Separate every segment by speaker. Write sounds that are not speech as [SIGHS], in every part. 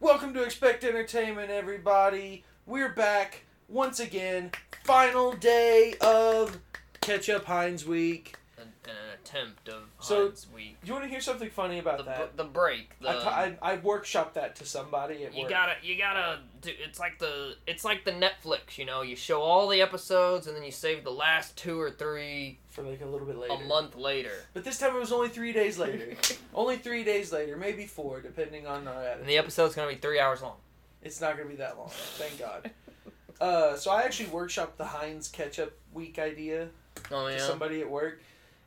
Speaker 1: Welcome to Expect Entertainment, everybody. We're back once again. Final day of Ketchup Heinz Week.
Speaker 2: An, an attempt of
Speaker 1: So,
Speaker 2: Heinz Week.
Speaker 1: You want to hear something funny about
Speaker 2: The,
Speaker 1: that?
Speaker 2: br- the break. The,
Speaker 1: I t- I, I workshopped that to somebody at
Speaker 2: you
Speaker 1: work.
Speaker 2: gotta you gotta do. It's like the it's like the Netflix. You know, you show all the episodes and then you save the last two or three
Speaker 1: for like a little bit later.
Speaker 2: a month later.
Speaker 1: But this time it was only three days [LAUGHS] later.
Speaker 2: [LAUGHS]
Speaker 1: only three days later, maybe four, depending on our attitude.
Speaker 2: And the episode's gonna be three hours long.
Speaker 1: It's not gonna be that long, thank God. Uh, so I actually workshopped the Heinz ketchup week idea
Speaker 2: Oh
Speaker 1: to
Speaker 2: yeah.
Speaker 1: somebody at work,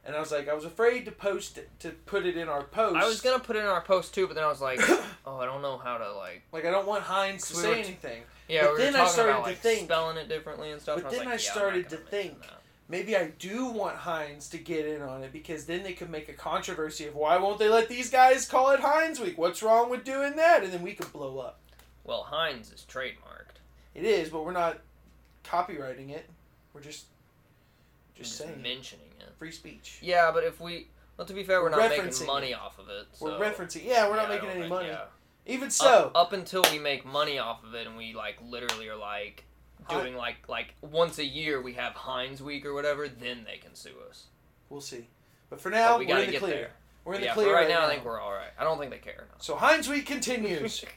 Speaker 1: and I was like, I was afraid to post it, to put it in our post.
Speaker 2: I was gonna put it in our post too, but then I
Speaker 1: [COUGHS]
Speaker 2: was like, oh, I don't know how to like.
Speaker 1: like, I don't want Heinz to
Speaker 2: We
Speaker 1: say
Speaker 2: were t-
Speaker 1: anything.
Speaker 2: Yeah,
Speaker 1: But
Speaker 2: we were
Speaker 1: then I
Speaker 2: talking
Speaker 1: started
Speaker 2: about
Speaker 1: to
Speaker 2: like
Speaker 1: think-
Speaker 2: spelling it differently and stuff.
Speaker 1: But
Speaker 2: and I was
Speaker 1: then
Speaker 2: like,
Speaker 1: I
Speaker 2: yeah, I'm not
Speaker 1: started
Speaker 2: gonna
Speaker 1: to
Speaker 2: mention
Speaker 1: think.
Speaker 2: that.
Speaker 1: Maybe I do want Heinz to get in on it because then they could make a controversy of why won't they let these guys call it Heinz Week? What's wrong with doing that? And then we could blow up.
Speaker 2: Well, Heinz is trademarked.
Speaker 1: It is, but we're not copywriting it. We're just
Speaker 2: I'm
Speaker 1: just
Speaker 2: just
Speaker 1: saying
Speaker 2: mentioning it.
Speaker 1: free speach.
Speaker 2: Yeah, but if we, well, to be fair, we're,
Speaker 1: We're
Speaker 2: not
Speaker 1: referencing
Speaker 2: making money off of it.
Speaker 1: We're
Speaker 2: so-
Speaker 1: referencing. Yeah, we're not
Speaker 2: Yeah, I
Speaker 1: making
Speaker 2: don't
Speaker 1: any
Speaker 2: think-
Speaker 1: money.
Speaker 2: yeah. Oh.
Speaker 1: Even
Speaker 2: up,
Speaker 1: so,
Speaker 2: up until we make money off of it and we like literally are like
Speaker 1: I-
Speaker 2: doing like like once a year we have Heinz Week or whatever, then they can sue us.
Speaker 1: we'll see. But for
Speaker 2: But
Speaker 1: now,
Speaker 2: we
Speaker 1: we're
Speaker 2: gotta
Speaker 1: in the
Speaker 2: get
Speaker 1: clear.
Speaker 2: there.
Speaker 1: We're in the
Speaker 2: yeah,
Speaker 1: clear
Speaker 2: but right now, I think we're all right. I don't think they care. No.
Speaker 1: so Heinz Week continues.
Speaker 2: [LAUGHS]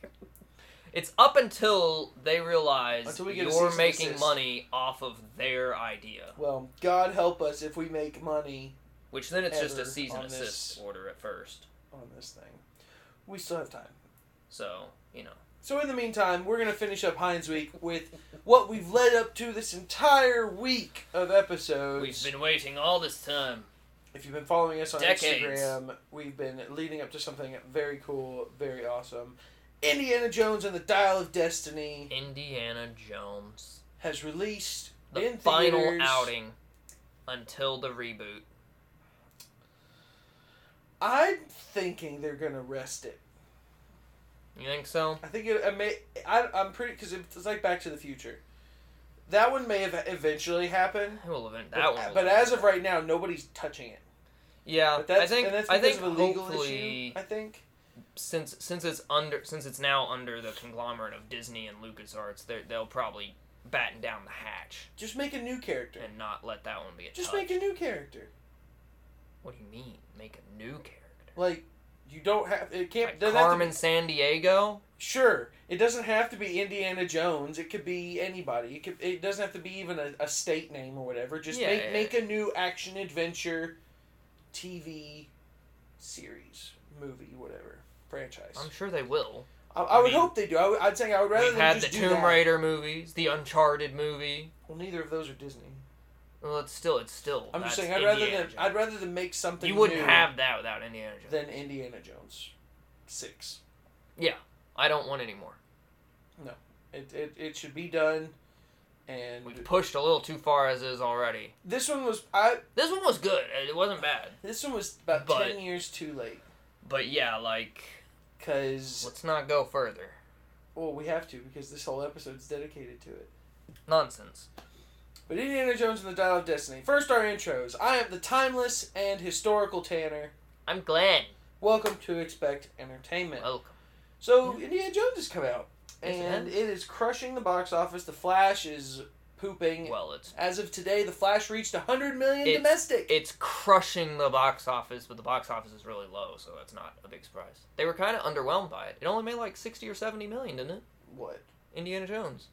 Speaker 2: it's up until they realize
Speaker 1: Until we get a cease
Speaker 2: you're
Speaker 1: and
Speaker 2: making
Speaker 1: desist.
Speaker 2: money off of their idea,
Speaker 1: well, God help us if we make money
Speaker 2: which then it's just a
Speaker 1: Ever
Speaker 2: season
Speaker 1: on
Speaker 2: assist
Speaker 1: this.
Speaker 2: order at first.
Speaker 1: on this thing. We still have time.
Speaker 2: So you know,
Speaker 1: So in the meantime, we're gonna finish up Heinz Week with what we've led up to this entire week of episodes.
Speaker 2: we've been waiting all this time.
Speaker 1: if you've been following us on
Speaker 2: Decades.
Speaker 1: Instagram, we've been leading up to something very cool, very awesome. Indiana Jones and the Dial of Destiny
Speaker 2: Indiana Jones,
Speaker 1: has released
Speaker 2: the
Speaker 1: in
Speaker 2: final
Speaker 1: theaters.
Speaker 2: outing until the reboot.
Speaker 1: I'm thinking they're gonna rest it.
Speaker 2: You think so?
Speaker 1: I think it, it may. I, I'm pretty because it's like Back to the Future. That one may have eventually happened,
Speaker 2: It will event-
Speaker 1: but,
Speaker 2: that one. will
Speaker 1: but
Speaker 2: event-
Speaker 1: as of right now, nobody's touching it.
Speaker 2: yeah,
Speaker 1: But that's,
Speaker 2: I think
Speaker 1: and that's
Speaker 2: I
Speaker 1: because
Speaker 2: think
Speaker 1: of a legal
Speaker 2: hopefully
Speaker 1: issue. I think
Speaker 2: since since it's under since it's now under the conglomerate of Disney and LucasArts, they they'll probably batten down the hatch
Speaker 1: just make a new character.
Speaker 2: and not let that one be a
Speaker 1: Just
Speaker 2: touch.
Speaker 1: make a new character.
Speaker 2: What do you mean? Make a new character?
Speaker 1: Like you don't have it can't
Speaker 2: Like
Speaker 1: doesn't have to
Speaker 2: Carmen San Diego?
Speaker 1: Sure, it doesn't have to be Indiana Jones. It could be anybody. It could. It doesn't have to be even a, a state name or whatever. Just
Speaker 2: Yeah,
Speaker 1: make
Speaker 2: yeah,
Speaker 1: make a new action adventure TV series, movie, whatever franchise.
Speaker 2: I'm sure they will.
Speaker 1: I, I would
Speaker 2: I mean,
Speaker 1: hope they do. I would, I'd say I would rather
Speaker 2: We've
Speaker 1: than
Speaker 2: had the
Speaker 1: just do
Speaker 2: Tomb
Speaker 1: that.
Speaker 2: Raider movies, the Uncharted movie.
Speaker 1: Well, neither of those are Disney.
Speaker 2: Well, it's still it's still.
Speaker 1: I'm just
Speaker 2: that's
Speaker 1: saying. I'd rather
Speaker 2: Indiana
Speaker 1: than
Speaker 2: Jones.
Speaker 1: I'd rather than make something.
Speaker 2: you wouldn't
Speaker 1: new
Speaker 2: have that without Indiana Jones.
Speaker 1: than Indiana Jones six.
Speaker 2: I don't want any more.
Speaker 1: It it, it should be done, and
Speaker 2: We pushed a little too far as is already.
Speaker 1: this one was I.
Speaker 2: This one was good. It wasn't bad.
Speaker 1: This one was about
Speaker 2: But-
Speaker 1: ten years too late.
Speaker 2: But yeah, like
Speaker 1: Because,
Speaker 2: let's not go further.
Speaker 1: well, we have to, because this whole episode's dedicated to it.
Speaker 2: Nonsense.
Speaker 1: But Indiana Jones and the Dial of Destiny. First, our intros. I am the timeless and historical Tanner.
Speaker 2: I'm Oh, Glenn.
Speaker 1: Welcome to Expect Entertainment.
Speaker 2: Welcome.
Speaker 1: So, Indiana Jones has come out,
Speaker 2: Yes, it
Speaker 1: and
Speaker 2: has.
Speaker 1: it is crushing the box office. The Flash is pooping.
Speaker 2: Well, it's
Speaker 1: As of today, The Flash reached 100 million
Speaker 2: It's-
Speaker 1: domestic.
Speaker 2: it's crushing the box office, but the box office is really low, so that's not a big surprise. They were kind of underwhelmed by it. It only made like sixty or seventy million, didn't it?
Speaker 1: what?
Speaker 2: Indiana Jones.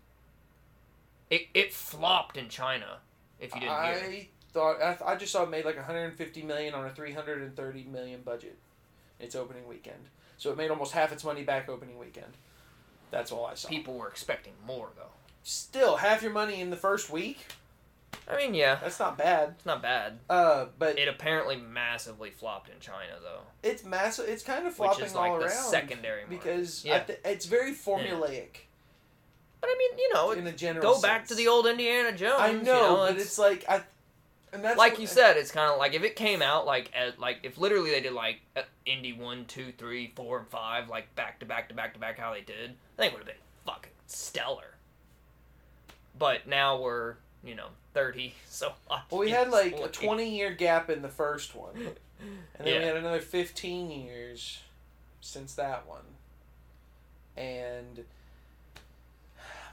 Speaker 2: It it flopped in China. If you didn't hear. it.
Speaker 1: I thought I, th- I just saw it made like 150 million on a 330 million budget. Its opening weekend, so it made almost half its money back opening weekend. That's all I saw.
Speaker 2: People were expecting more though.
Speaker 1: Still, half your money in the first week.
Speaker 2: I mean, yeah,
Speaker 1: That's not bad.
Speaker 2: it's not bad.
Speaker 1: Uh, but
Speaker 2: It apparently massively flopped in China though.
Speaker 1: it's massive. It's kind of
Speaker 2: which
Speaker 1: flopping
Speaker 2: is like
Speaker 1: all
Speaker 2: the
Speaker 1: around
Speaker 2: secondary market.
Speaker 1: because
Speaker 2: Yeah.
Speaker 1: I th- it's very formulaic
Speaker 2: But I mean, you know,
Speaker 1: in a general.
Speaker 2: go back to
Speaker 1: sense.
Speaker 2: the old Indiana Jones.
Speaker 1: I know,
Speaker 2: you know,
Speaker 1: but
Speaker 2: it's-
Speaker 1: it's like I, and that's
Speaker 2: like
Speaker 1: what-
Speaker 2: you said, it's kind of like if it came out like at, like if literally they did like uh, Indy one, two, three, four, and five like back to back to back to back how they did, I think would have been fucking stellar. But now we're you know thirty, [LAUGHS] so
Speaker 1: Well, we had like a
Speaker 2: obviously-
Speaker 1: twenty-year gap in the first one, and then we
Speaker 2: Yeah.
Speaker 1: had another fifteen years since that one, and and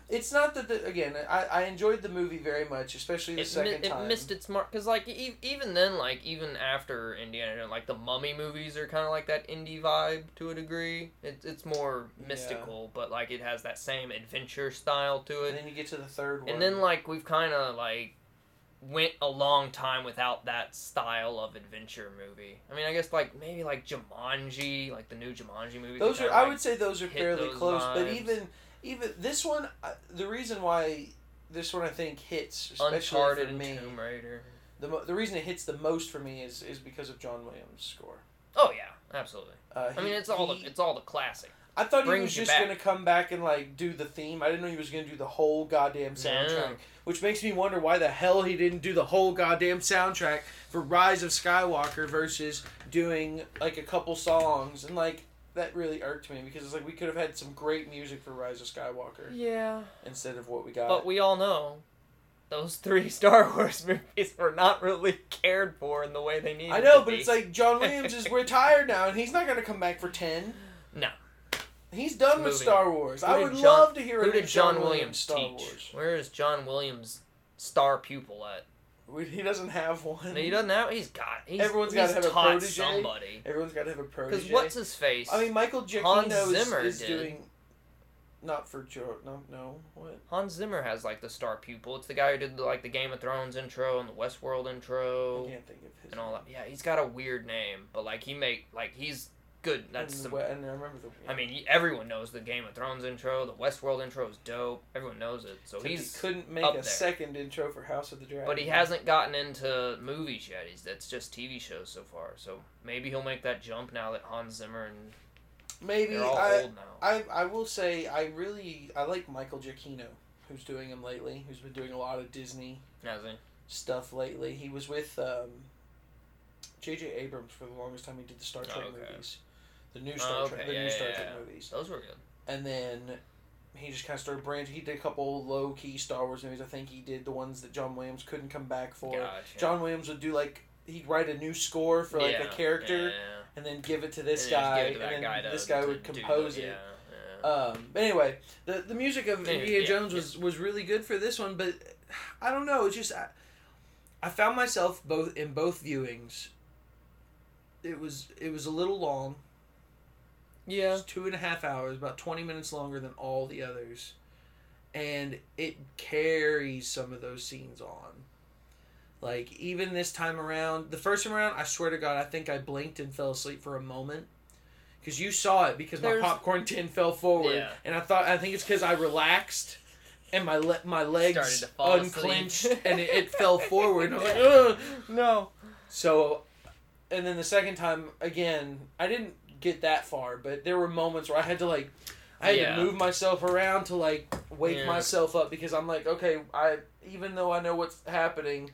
Speaker 1: it's not that the, again. I, I enjoyed the movie very much, especially the
Speaker 2: It, mi-
Speaker 1: second
Speaker 2: it
Speaker 1: time.
Speaker 2: missed its mark because like e- even then like even after Indiana Jones like the Mummy movies are kind of like that indie vibe to a degree. It, it's more mystical, but like it has that same adventure style to it.
Speaker 1: and then you get to the third one.
Speaker 2: And then like we've kind of like went a long time without that style of adventure movie. I mean, I guess like maybe like Jumanji, like the new Jumanji movie.
Speaker 1: those are
Speaker 2: kinda,
Speaker 1: I
Speaker 2: like-
Speaker 1: would say those are
Speaker 2: hit
Speaker 1: fairly
Speaker 2: those
Speaker 1: close, but
Speaker 2: vibes.
Speaker 1: even even this one, I- the reason why this one I think hits especially
Speaker 2: Uncharted
Speaker 1: for
Speaker 2: and
Speaker 1: me,
Speaker 2: Tomb Raider.
Speaker 1: the mo- the reason it hits the most for me is is because of John Williams' score.
Speaker 2: Oh yeah, absolutely.
Speaker 1: Uh,
Speaker 2: I
Speaker 1: he-
Speaker 2: mean, it's all
Speaker 1: he-
Speaker 2: the, it's all the classic.
Speaker 1: I thought he
Speaker 2: brings
Speaker 1: was
Speaker 2: you
Speaker 1: just
Speaker 2: back.
Speaker 1: gonna come back and like do the theme. I didn't know he was gonna do the whole goddamn soundtrack,
Speaker 2: No.
Speaker 1: which makes me wonder why the hell he didn't do the whole goddamn soundtrack for Rise of Skywalker versus doing like a couple songs and like that really irked me because it's like we could have had some great music for Rise of Skywalker
Speaker 2: Yeah,
Speaker 1: instead of what we got.
Speaker 2: but we all know those three [LAUGHS] Star Wars movies were not really cared for in the way they needed.
Speaker 1: I know,
Speaker 2: to
Speaker 1: but
Speaker 2: be.
Speaker 1: it's like
Speaker 2: [LAUGHS]
Speaker 1: John Williams is retired now, and he's not gonna come back for ten.
Speaker 2: No.
Speaker 1: he's done with
Speaker 2: Moving.
Speaker 1: Star Wars.
Speaker 2: Who
Speaker 1: I
Speaker 2: did
Speaker 1: would
Speaker 2: John-
Speaker 1: love to hear a
Speaker 2: who
Speaker 1: new
Speaker 2: did John, Williams,
Speaker 1: Star
Speaker 2: teach?
Speaker 1: Wars.
Speaker 2: Where is John Williams' star pupil at?
Speaker 1: We- He doesn't have one.
Speaker 2: He doesn't have. He's got. He's,
Speaker 1: Everyone's
Speaker 2: he's
Speaker 1: gotta have a
Speaker 2: taught
Speaker 1: protege.
Speaker 2: somebody.
Speaker 1: Everyone's got to have a
Speaker 2: Because
Speaker 1: protege.
Speaker 2: what's his face?
Speaker 1: I mean, Michael
Speaker 2: Hans
Speaker 1: Giacchino is,
Speaker 2: Zimmer
Speaker 1: is
Speaker 2: did.
Speaker 1: doing. Not for Joe. No, no. What?
Speaker 2: Hans Zimmer has like the star pupil. It's the guy who did the, like the Game of Thrones intro and the Westworld
Speaker 1: I
Speaker 2: intro
Speaker 1: can't think of his.
Speaker 2: Oh, and all
Speaker 1: name.
Speaker 2: that. Yeah, he's got a weird name, but like he make like he's good. That's
Speaker 1: and
Speaker 2: the.
Speaker 1: we- and I remember the.
Speaker 2: I mean, y- everyone knows the Game of Thrones intro. The Westworld intro is dope. Everyone knows it. So
Speaker 1: Except he
Speaker 2: he's.
Speaker 1: couldn't make a
Speaker 2: up there.
Speaker 1: second intro for House of the Dragon.
Speaker 2: But he hasn't gotten into movies yet. He's that's just TV shows so far. So maybe he'll make that jump now that Hans Zimmer and
Speaker 1: Maybe
Speaker 2: they're all
Speaker 1: I,
Speaker 2: old now.
Speaker 1: I. I will say I really I like Michael Giacchino, who's doing him lately. Who's been doing a lot of Disney
Speaker 2: Has he?
Speaker 1: stuff lately. He was with um, J.J. Abrams for the longest time. He did the Star Trek
Speaker 2: Oh, okay.
Speaker 1: movies, the new
Speaker 2: Oh,
Speaker 1: Star Trek,
Speaker 2: okay.
Speaker 1: the
Speaker 2: Yeah,
Speaker 1: new
Speaker 2: yeah,
Speaker 1: Star
Speaker 2: yeah,
Speaker 1: Trek
Speaker 2: yeah.
Speaker 1: movies.
Speaker 2: Those were good.
Speaker 1: and then he just kind of started branching. He did a couple low key Star Wars movies. I think he did the ones that John Williams couldn't come back for.
Speaker 2: Gotcha.
Speaker 1: John Williams would do like he'd write a new score for like
Speaker 2: Yeah,
Speaker 1: a character
Speaker 2: yeah.
Speaker 1: and then give it to this
Speaker 2: And
Speaker 1: guy,
Speaker 2: then
Speaker 1: and
Speaker 2: just give it to that
Speaker 1: then
Speaker 2: guy to-
Speaker 1: this guy
Speaker 2: to
Speaker 1: would
Speaker 2: do the-
Speaker 1: compose it.
Speaker 2: yeah, yeah.
Speaker 1: Um, but anyway, the the music of
Speaker 2: Anyway,
Speaker 1: Indiana
Speaker 2: yeah,
Speaker 1: Jones was was really good for this one, but [SIGHS] I don't know. It's just I, I found myself both in both viewings. It was it was a little long. It [LAUGHS]
Speaker 2: Yeah.
Speaker 1: was two and a half hours, about 20 minutes longer than all the others. And it carries some of those scenes on. Like, even this time around, the first time around, I swear to God, I think I blinked and fell asleep for a moment. Because you saw it because
Speaker 2: There's-
Speaker 1: my popcorn tin fell forward.
Speaker 2: Yeah.
Speaker 1: And I thought, I think it's because I relaxed. And my le- my legs
Speaker 2: Started to fall asleep.
Speaker 1: unclenched and it,
Speaker 2: [LAUGHS]
Speaker 1: it fell forward. And I was like, Ugh.
Speaker 2: No.
Speaker 1: So, and then the second time again, I didn't get that far, but there were moments where I had to like, I had
Speaker 2: Yeah.
Speaker 1: to move myself around to like wake
Speaker 2: Yeah.
Speaker 1: myself up because I'm like, okay, I even though I know what's happening,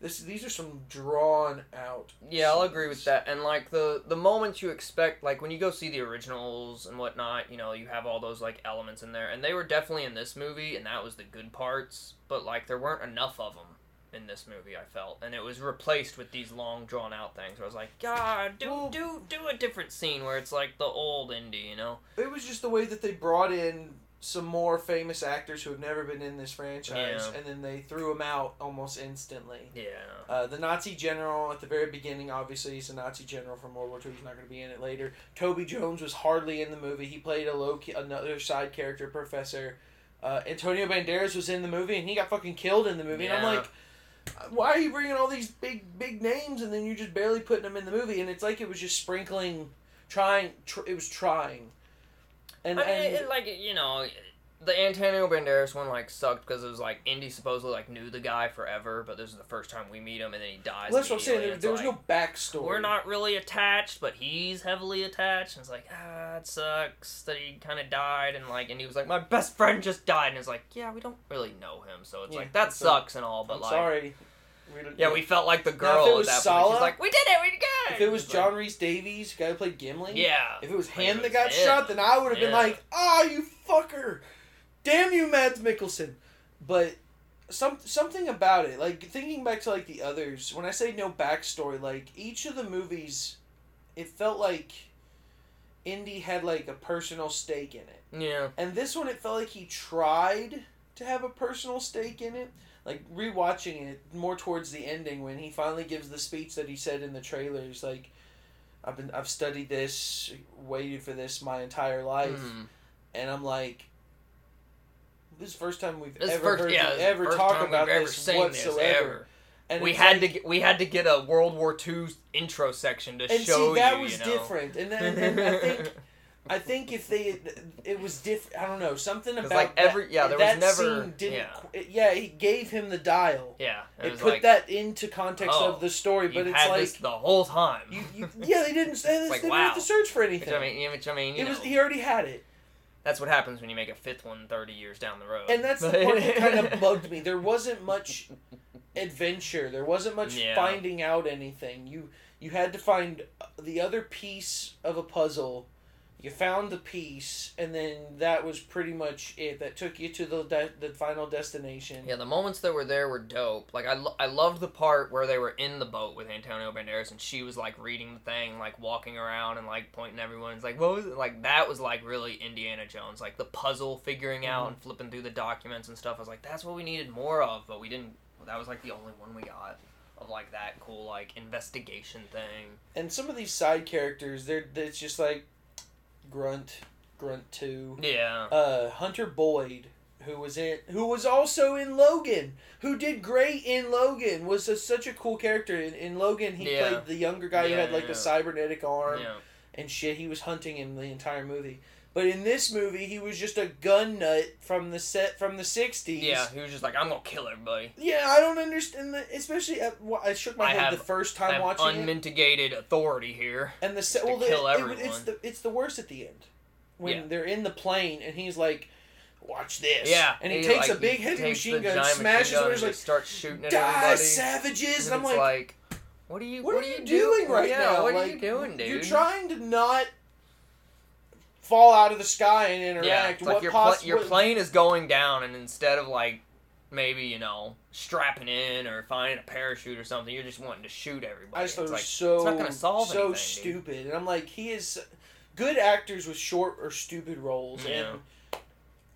Speaker 1: this these are some drawn out.
Speaker 2: Yeah, I'll agree with that. And like the the moments you expect, like when you go see the originals and whatnot, you know, you have all those like elements in there, and they were definitely in this movie, and that was the good parts. But like there weren't enough of them in this movie, I felt, and it was replaced with these long drawn out things. Where I was like, God, do
Speaker 1: Well-
Speaker 2: do do a different scene where it's like the old indie, you know?
Speaker 1: It was just the way that they brought in some more famous actors who have never been in this franchise,
Speaker 2: Yeah.
Speaker 1: and then they threw them out almost instantly.
Speaker 2: Yeah.
Speaker 1: Uh, the Nazi general at the very beginning, obviously, he's a Nazi general from World War II. He's not going to be in it later. Toby Jones was hardly in the movie. He played a low key, another side character, professor. Uh, Antonio Banderas was in the movie, and he got fucking killed in the movie. And I'm
Speaker 2: Yeah.
Speaker 1: like, why are you bringing all these big, big names, and then you're just barely putting them in the movie? And it's like it was just sprinkling, trying. Tr- it was trying. And,
Speaker 2: I mean,
Speaker 1: and
Speaker 2: it, like you know, the Antonio Banderas one like sucked because it was like Indy supposedly like knew the guy forever, but this is the first time we meet him, and then he dies.
Speaker 1: well, that's what I'm saying.
Speaker 2: immediately,
Speaker 1: There,
Speaker 2: and
Speaker 1: there was
Speaker 2: it's
Speaker 1: no backstory.
Speaker 2: like, We're not really attached, but he's heavily attached, and it's like ah, it sucks that he kind of died, and like, and he was like, my best friend just died, and it's like, yeah, we don't really know him, so it's
Speaker 1: Yeah,
Speaker 2: like that
Speaker 1: it's like,
Speaker 2: sucks and all, but
Speaker 1: I'm
Speaker 2: like,
Speaker 1: sorry. We didn't-
Speaker 2: yeah, we felt like the
Speaker 1: Now, if
Speaker 2: girl
Speaker 1: it was
Speaker 2: at that point.
Speaker 1: Sala-
Speaker 2: She's like, we did it, we did it.
Speaker 1: If it was
Speaker 2: [LAUGHS] It's like,
Speaker 1: John Reese Davies, the guy who played Gimli,
Speaker 2: yeah,
Speaker 1: If it was
Speaker 2: Like,
Speaker 1: him
Speaker 2: it
Speaker 1: that
Speaker 2: was
Speaker 1: got
Speaker 2: him.
Speaker 1: shot, then I would have been
Speaker 2: Yeah.
Speaker 1: like, "Ah, you fucker! Damn you, Mads Mikkelsen!" But some something about it, like thinking back to like the others, when I say no backstory, like each of the movies, it felt like Indy had like a personal stake in it.
Speaker 2: Yeah.
Speaker 1: And this one, it felt like he tried to have a personal stake in it. Like rewatching it more towards the ending when he finally gives the speech that he said in the trailers, like, "I've been, I've studied this, waited for this my entire life,"
Speaker 2: Mm.
Speaker 1: and I'm like, "This is the first time we've
Speaker 2: This is
Speaker 1: ever
Speaker 2: first,
Speaker 1: heard
Speaker 2: yeah,
Speaker 1: you
Speaker 2: this is
Speaker 1: ever
Speaker 2: first
Speaker 1: talk
Speaker 2: time
Speaker 1: about
Speaker 2: we've ever
Speaker 1: this
Speaker 2: seen
Speaker 1: whatsoever."
Speaker 2: This ever.
Speaker 1: And
Speaker 2: we
Speaker 1: it's
Speaker 2: had
Speaker 1: like-
Speaker 2: to get, we had to get a World War II intro section to
Speaker 1: and
Speaker 2: show
Speaker 1: see that
Speaker 2: you.
Speaker 1: was
Speaker 2: you know?
Speaker 1: different, and, then, and I think I think if they, it was different. I don't know something
Speaker 2: [LAUGHS] [LAUGHS] 'Cause,
Speaker 1: about
Speaker 2: like,
Speaker 1: that-
Speaker 2: every- yeah, there was
Speaker 1: that
Speaker 2: never-
Speaker 1: scene didn't.
Speaker 2: yeah.
Speaker 1: qu- it- yeah, he gave him the dial.
Speaker 2: yeah, it,
Speaker 1: It,
Speaker 2: was
Speaker 1: put
Speaker 2: like,
Speaker 1: that into context
Speaker 2: oh,
Speaker 1: of the story, but
Speaker 2: you
Speaker 1: it's
Speaker 2: had
Speaker 1: like
Speaker 2: this the whole time.
Speaker 1: you,
Speaker 2: [LAUGHS]
Speaker 1: you, yeah, they didn't say this.
Speaker 2: Like,
Speaker 1: they didn't have
Speaker 2: wow.
Speaker 1: to search for
Speaker 2: which
Speaker 1: anything.
Speaker 2: I mean, yeah, which I mean, you
Speaker 1: it was
Speaker 2: know,
Speaker 1: he already had it,
Speaker 2: that's what happens when you make a fifth one 30 years down the road.
Speaker 1: and that's the
Speaker 2: [LAUGHS]
Speaker 1: part that kind of bugged me. There wasn't much adventure. There wasn't much
Speaker 2: Yeah.
Speaker 1: finding out anything. You you had to find the other piece of a puzzle. You found the piece, and then that was pretty much it. That took you to the de- the final destination.
Speaker 2: Yeah, the moments that were there were dope. Like I, lo- I loved the part where they were in the boat with Antonio Banderas and she was like reading the thing, like walking around and like pointing everyone. It's like what was it? Like that was like really Indiana Jones, like the puzzle figuring
Speaker 1: Mm-hmm.
Speaker 2: out and flipping through the documents and stuff. I was like, that's what we needed more of, but we didn't. That was like the only one we got of like that cool like investigation thing.
Speaker 1: And some of these side characters, they're it's just like grunt, grunt two.
Speaker 2: Yeah,
Speaker 1: uh, Hunter Boyd, who was in, who was also in Logan, who did great in Logan, was a, such a cool character. In, in Logan, he
Speaker 2: Yeah.
Speaker 1: played the younger guy who
Speaker 2: Yeah,
Speaker 1: had like
Speaker 2: yeah.
Speaker 1: the cybernetic arm
Speaker 2: yeah.
Speaker 1: and shit. He was hunting him the entire movie. But in this movie, he was just a gun nut from the set from the '60s.
Speaker 2: Yeah, he was just like, I'm gonna kill everybody.
Speaker 1: Yeah, I don't understand that. Especially, at, wh- I shook my
Speaker 2: I
Speaker 1: head
Speaker 2: have-
Speaker 1: the first
Speaker 2: I
Speaker 1: time
Speaker 2: have
Speaker 1: watching it.
Speaker 2: unmitigated authority here.
Speaker 1: And the se-
Speaker 2: to
Speaker 1: well, the,
Speaker 2: kill
Speaker 1: it-
Speaker 2: everyone.
Speaker 1: it's the it's the worst at the end when
Speaker 2: Yeah.
Speaker 1: they're in the plane and he's like, "Watch this."
Speaker 2: Yeah,
Speaker 1: and he, takes
Speaker 2: like,
Speaker 1: a big
Speaker 2: he
Speaker 1: heavy
Speaker 2: takes
Speaker 1: machine
Speaker 2: the
Speaker 1: gun,
Speaker 2: giant
Speaker 1: smashes
Speaker 2: machine gun
Speaker 1: it,
Speaker 2: and
Speaker 1: and
Speaker 2: just
Speaker 1: he's
Speaker 2: starts shooting
Speaker 1: like,
Speaker 2: at
Speaker 1: "Die,
Speaker 2: everybody.
Speaker 1: savages!" And
Speaker 2: And
Speaker 1: I'm
Speaker 2: it's
Speaker 1: like,
Speaker 2: like, what are you?
Speaker 1: "What are
Speaker 2: do
Speaker 1: you
Speaker 2: do-
Speaker 1: doing right
Speaker 2: yeah,
Speaker 1: now?
Speaker 2: What are
Speaker 1: Like,
Speaker 2: you doing, dude?
Speaker 1: You're trying to not fall out of the sky and
Speaker 2: Yeah,
Speaker 1: interact.
Speaker 2: it's
Speaker 1: what
Speaker 2: like your, pla-
Speaker 1: poss-
Speaker 2: your
Speaker 1: what-
Speaker 2: plane is going down, and instead of like maybe you know strapping in or finding a parachute or something, you're just wanting to shoot everybody.
Speaker 1: I just thought
Speaker 2: it's
Speaker 1: it was
Speaker 2: like
Speaker 1: so
Speaker 2: it's not gonna solve
Speaker 1: so
Speaker 2: anything, dude.
Speaker 1: stupid, and I'm like, he is good actors with short or stupid roles,
Speaker 2: Yeah.
Speaker 1: and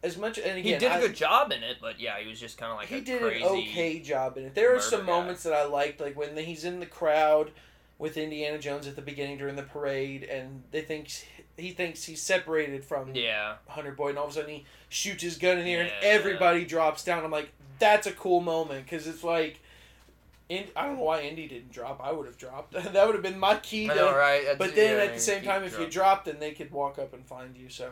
Speaker 1: as much and
Speaker 2: he
Speaker 1: again,
Speaker 2: did a
Speaker 1: I-
Speaker 2: good job in it, but yeah, he was just kind of like
Speaker 1: he
Speaker 2: a
Speaker 1: did
Speaker 2: crazy.
Speaker 1: an okay job in it. There are
Speaker 2: murder
Speaker 1: some
Speaker 2: guy.
Speaker 1: moments that I liked, like when he's in the crowd with Indiana Jones at the beginning during the parade, and they thinks he thinks he's separated from
Speaker 2: Yeah,
Speaker 1: Hunter Boyd, and all of a sudden he shoots his gun in the air, and
Speaker 2: Yeah.
Speaker 1: everybody drops down. I'm like, that's a cool moment because it's like, in, I don't know why Indy didn't drop. I would have dropped. [LAUGHS] that would have been my key. To,
Speaker 2: I know, right? That's-
Speaker 1: But then
Speaker 2: yeah,
Speaker 1: at the same time, if you
Speaker 2: drop,
Speaker 1: dropped, then they could walk up and find you. So.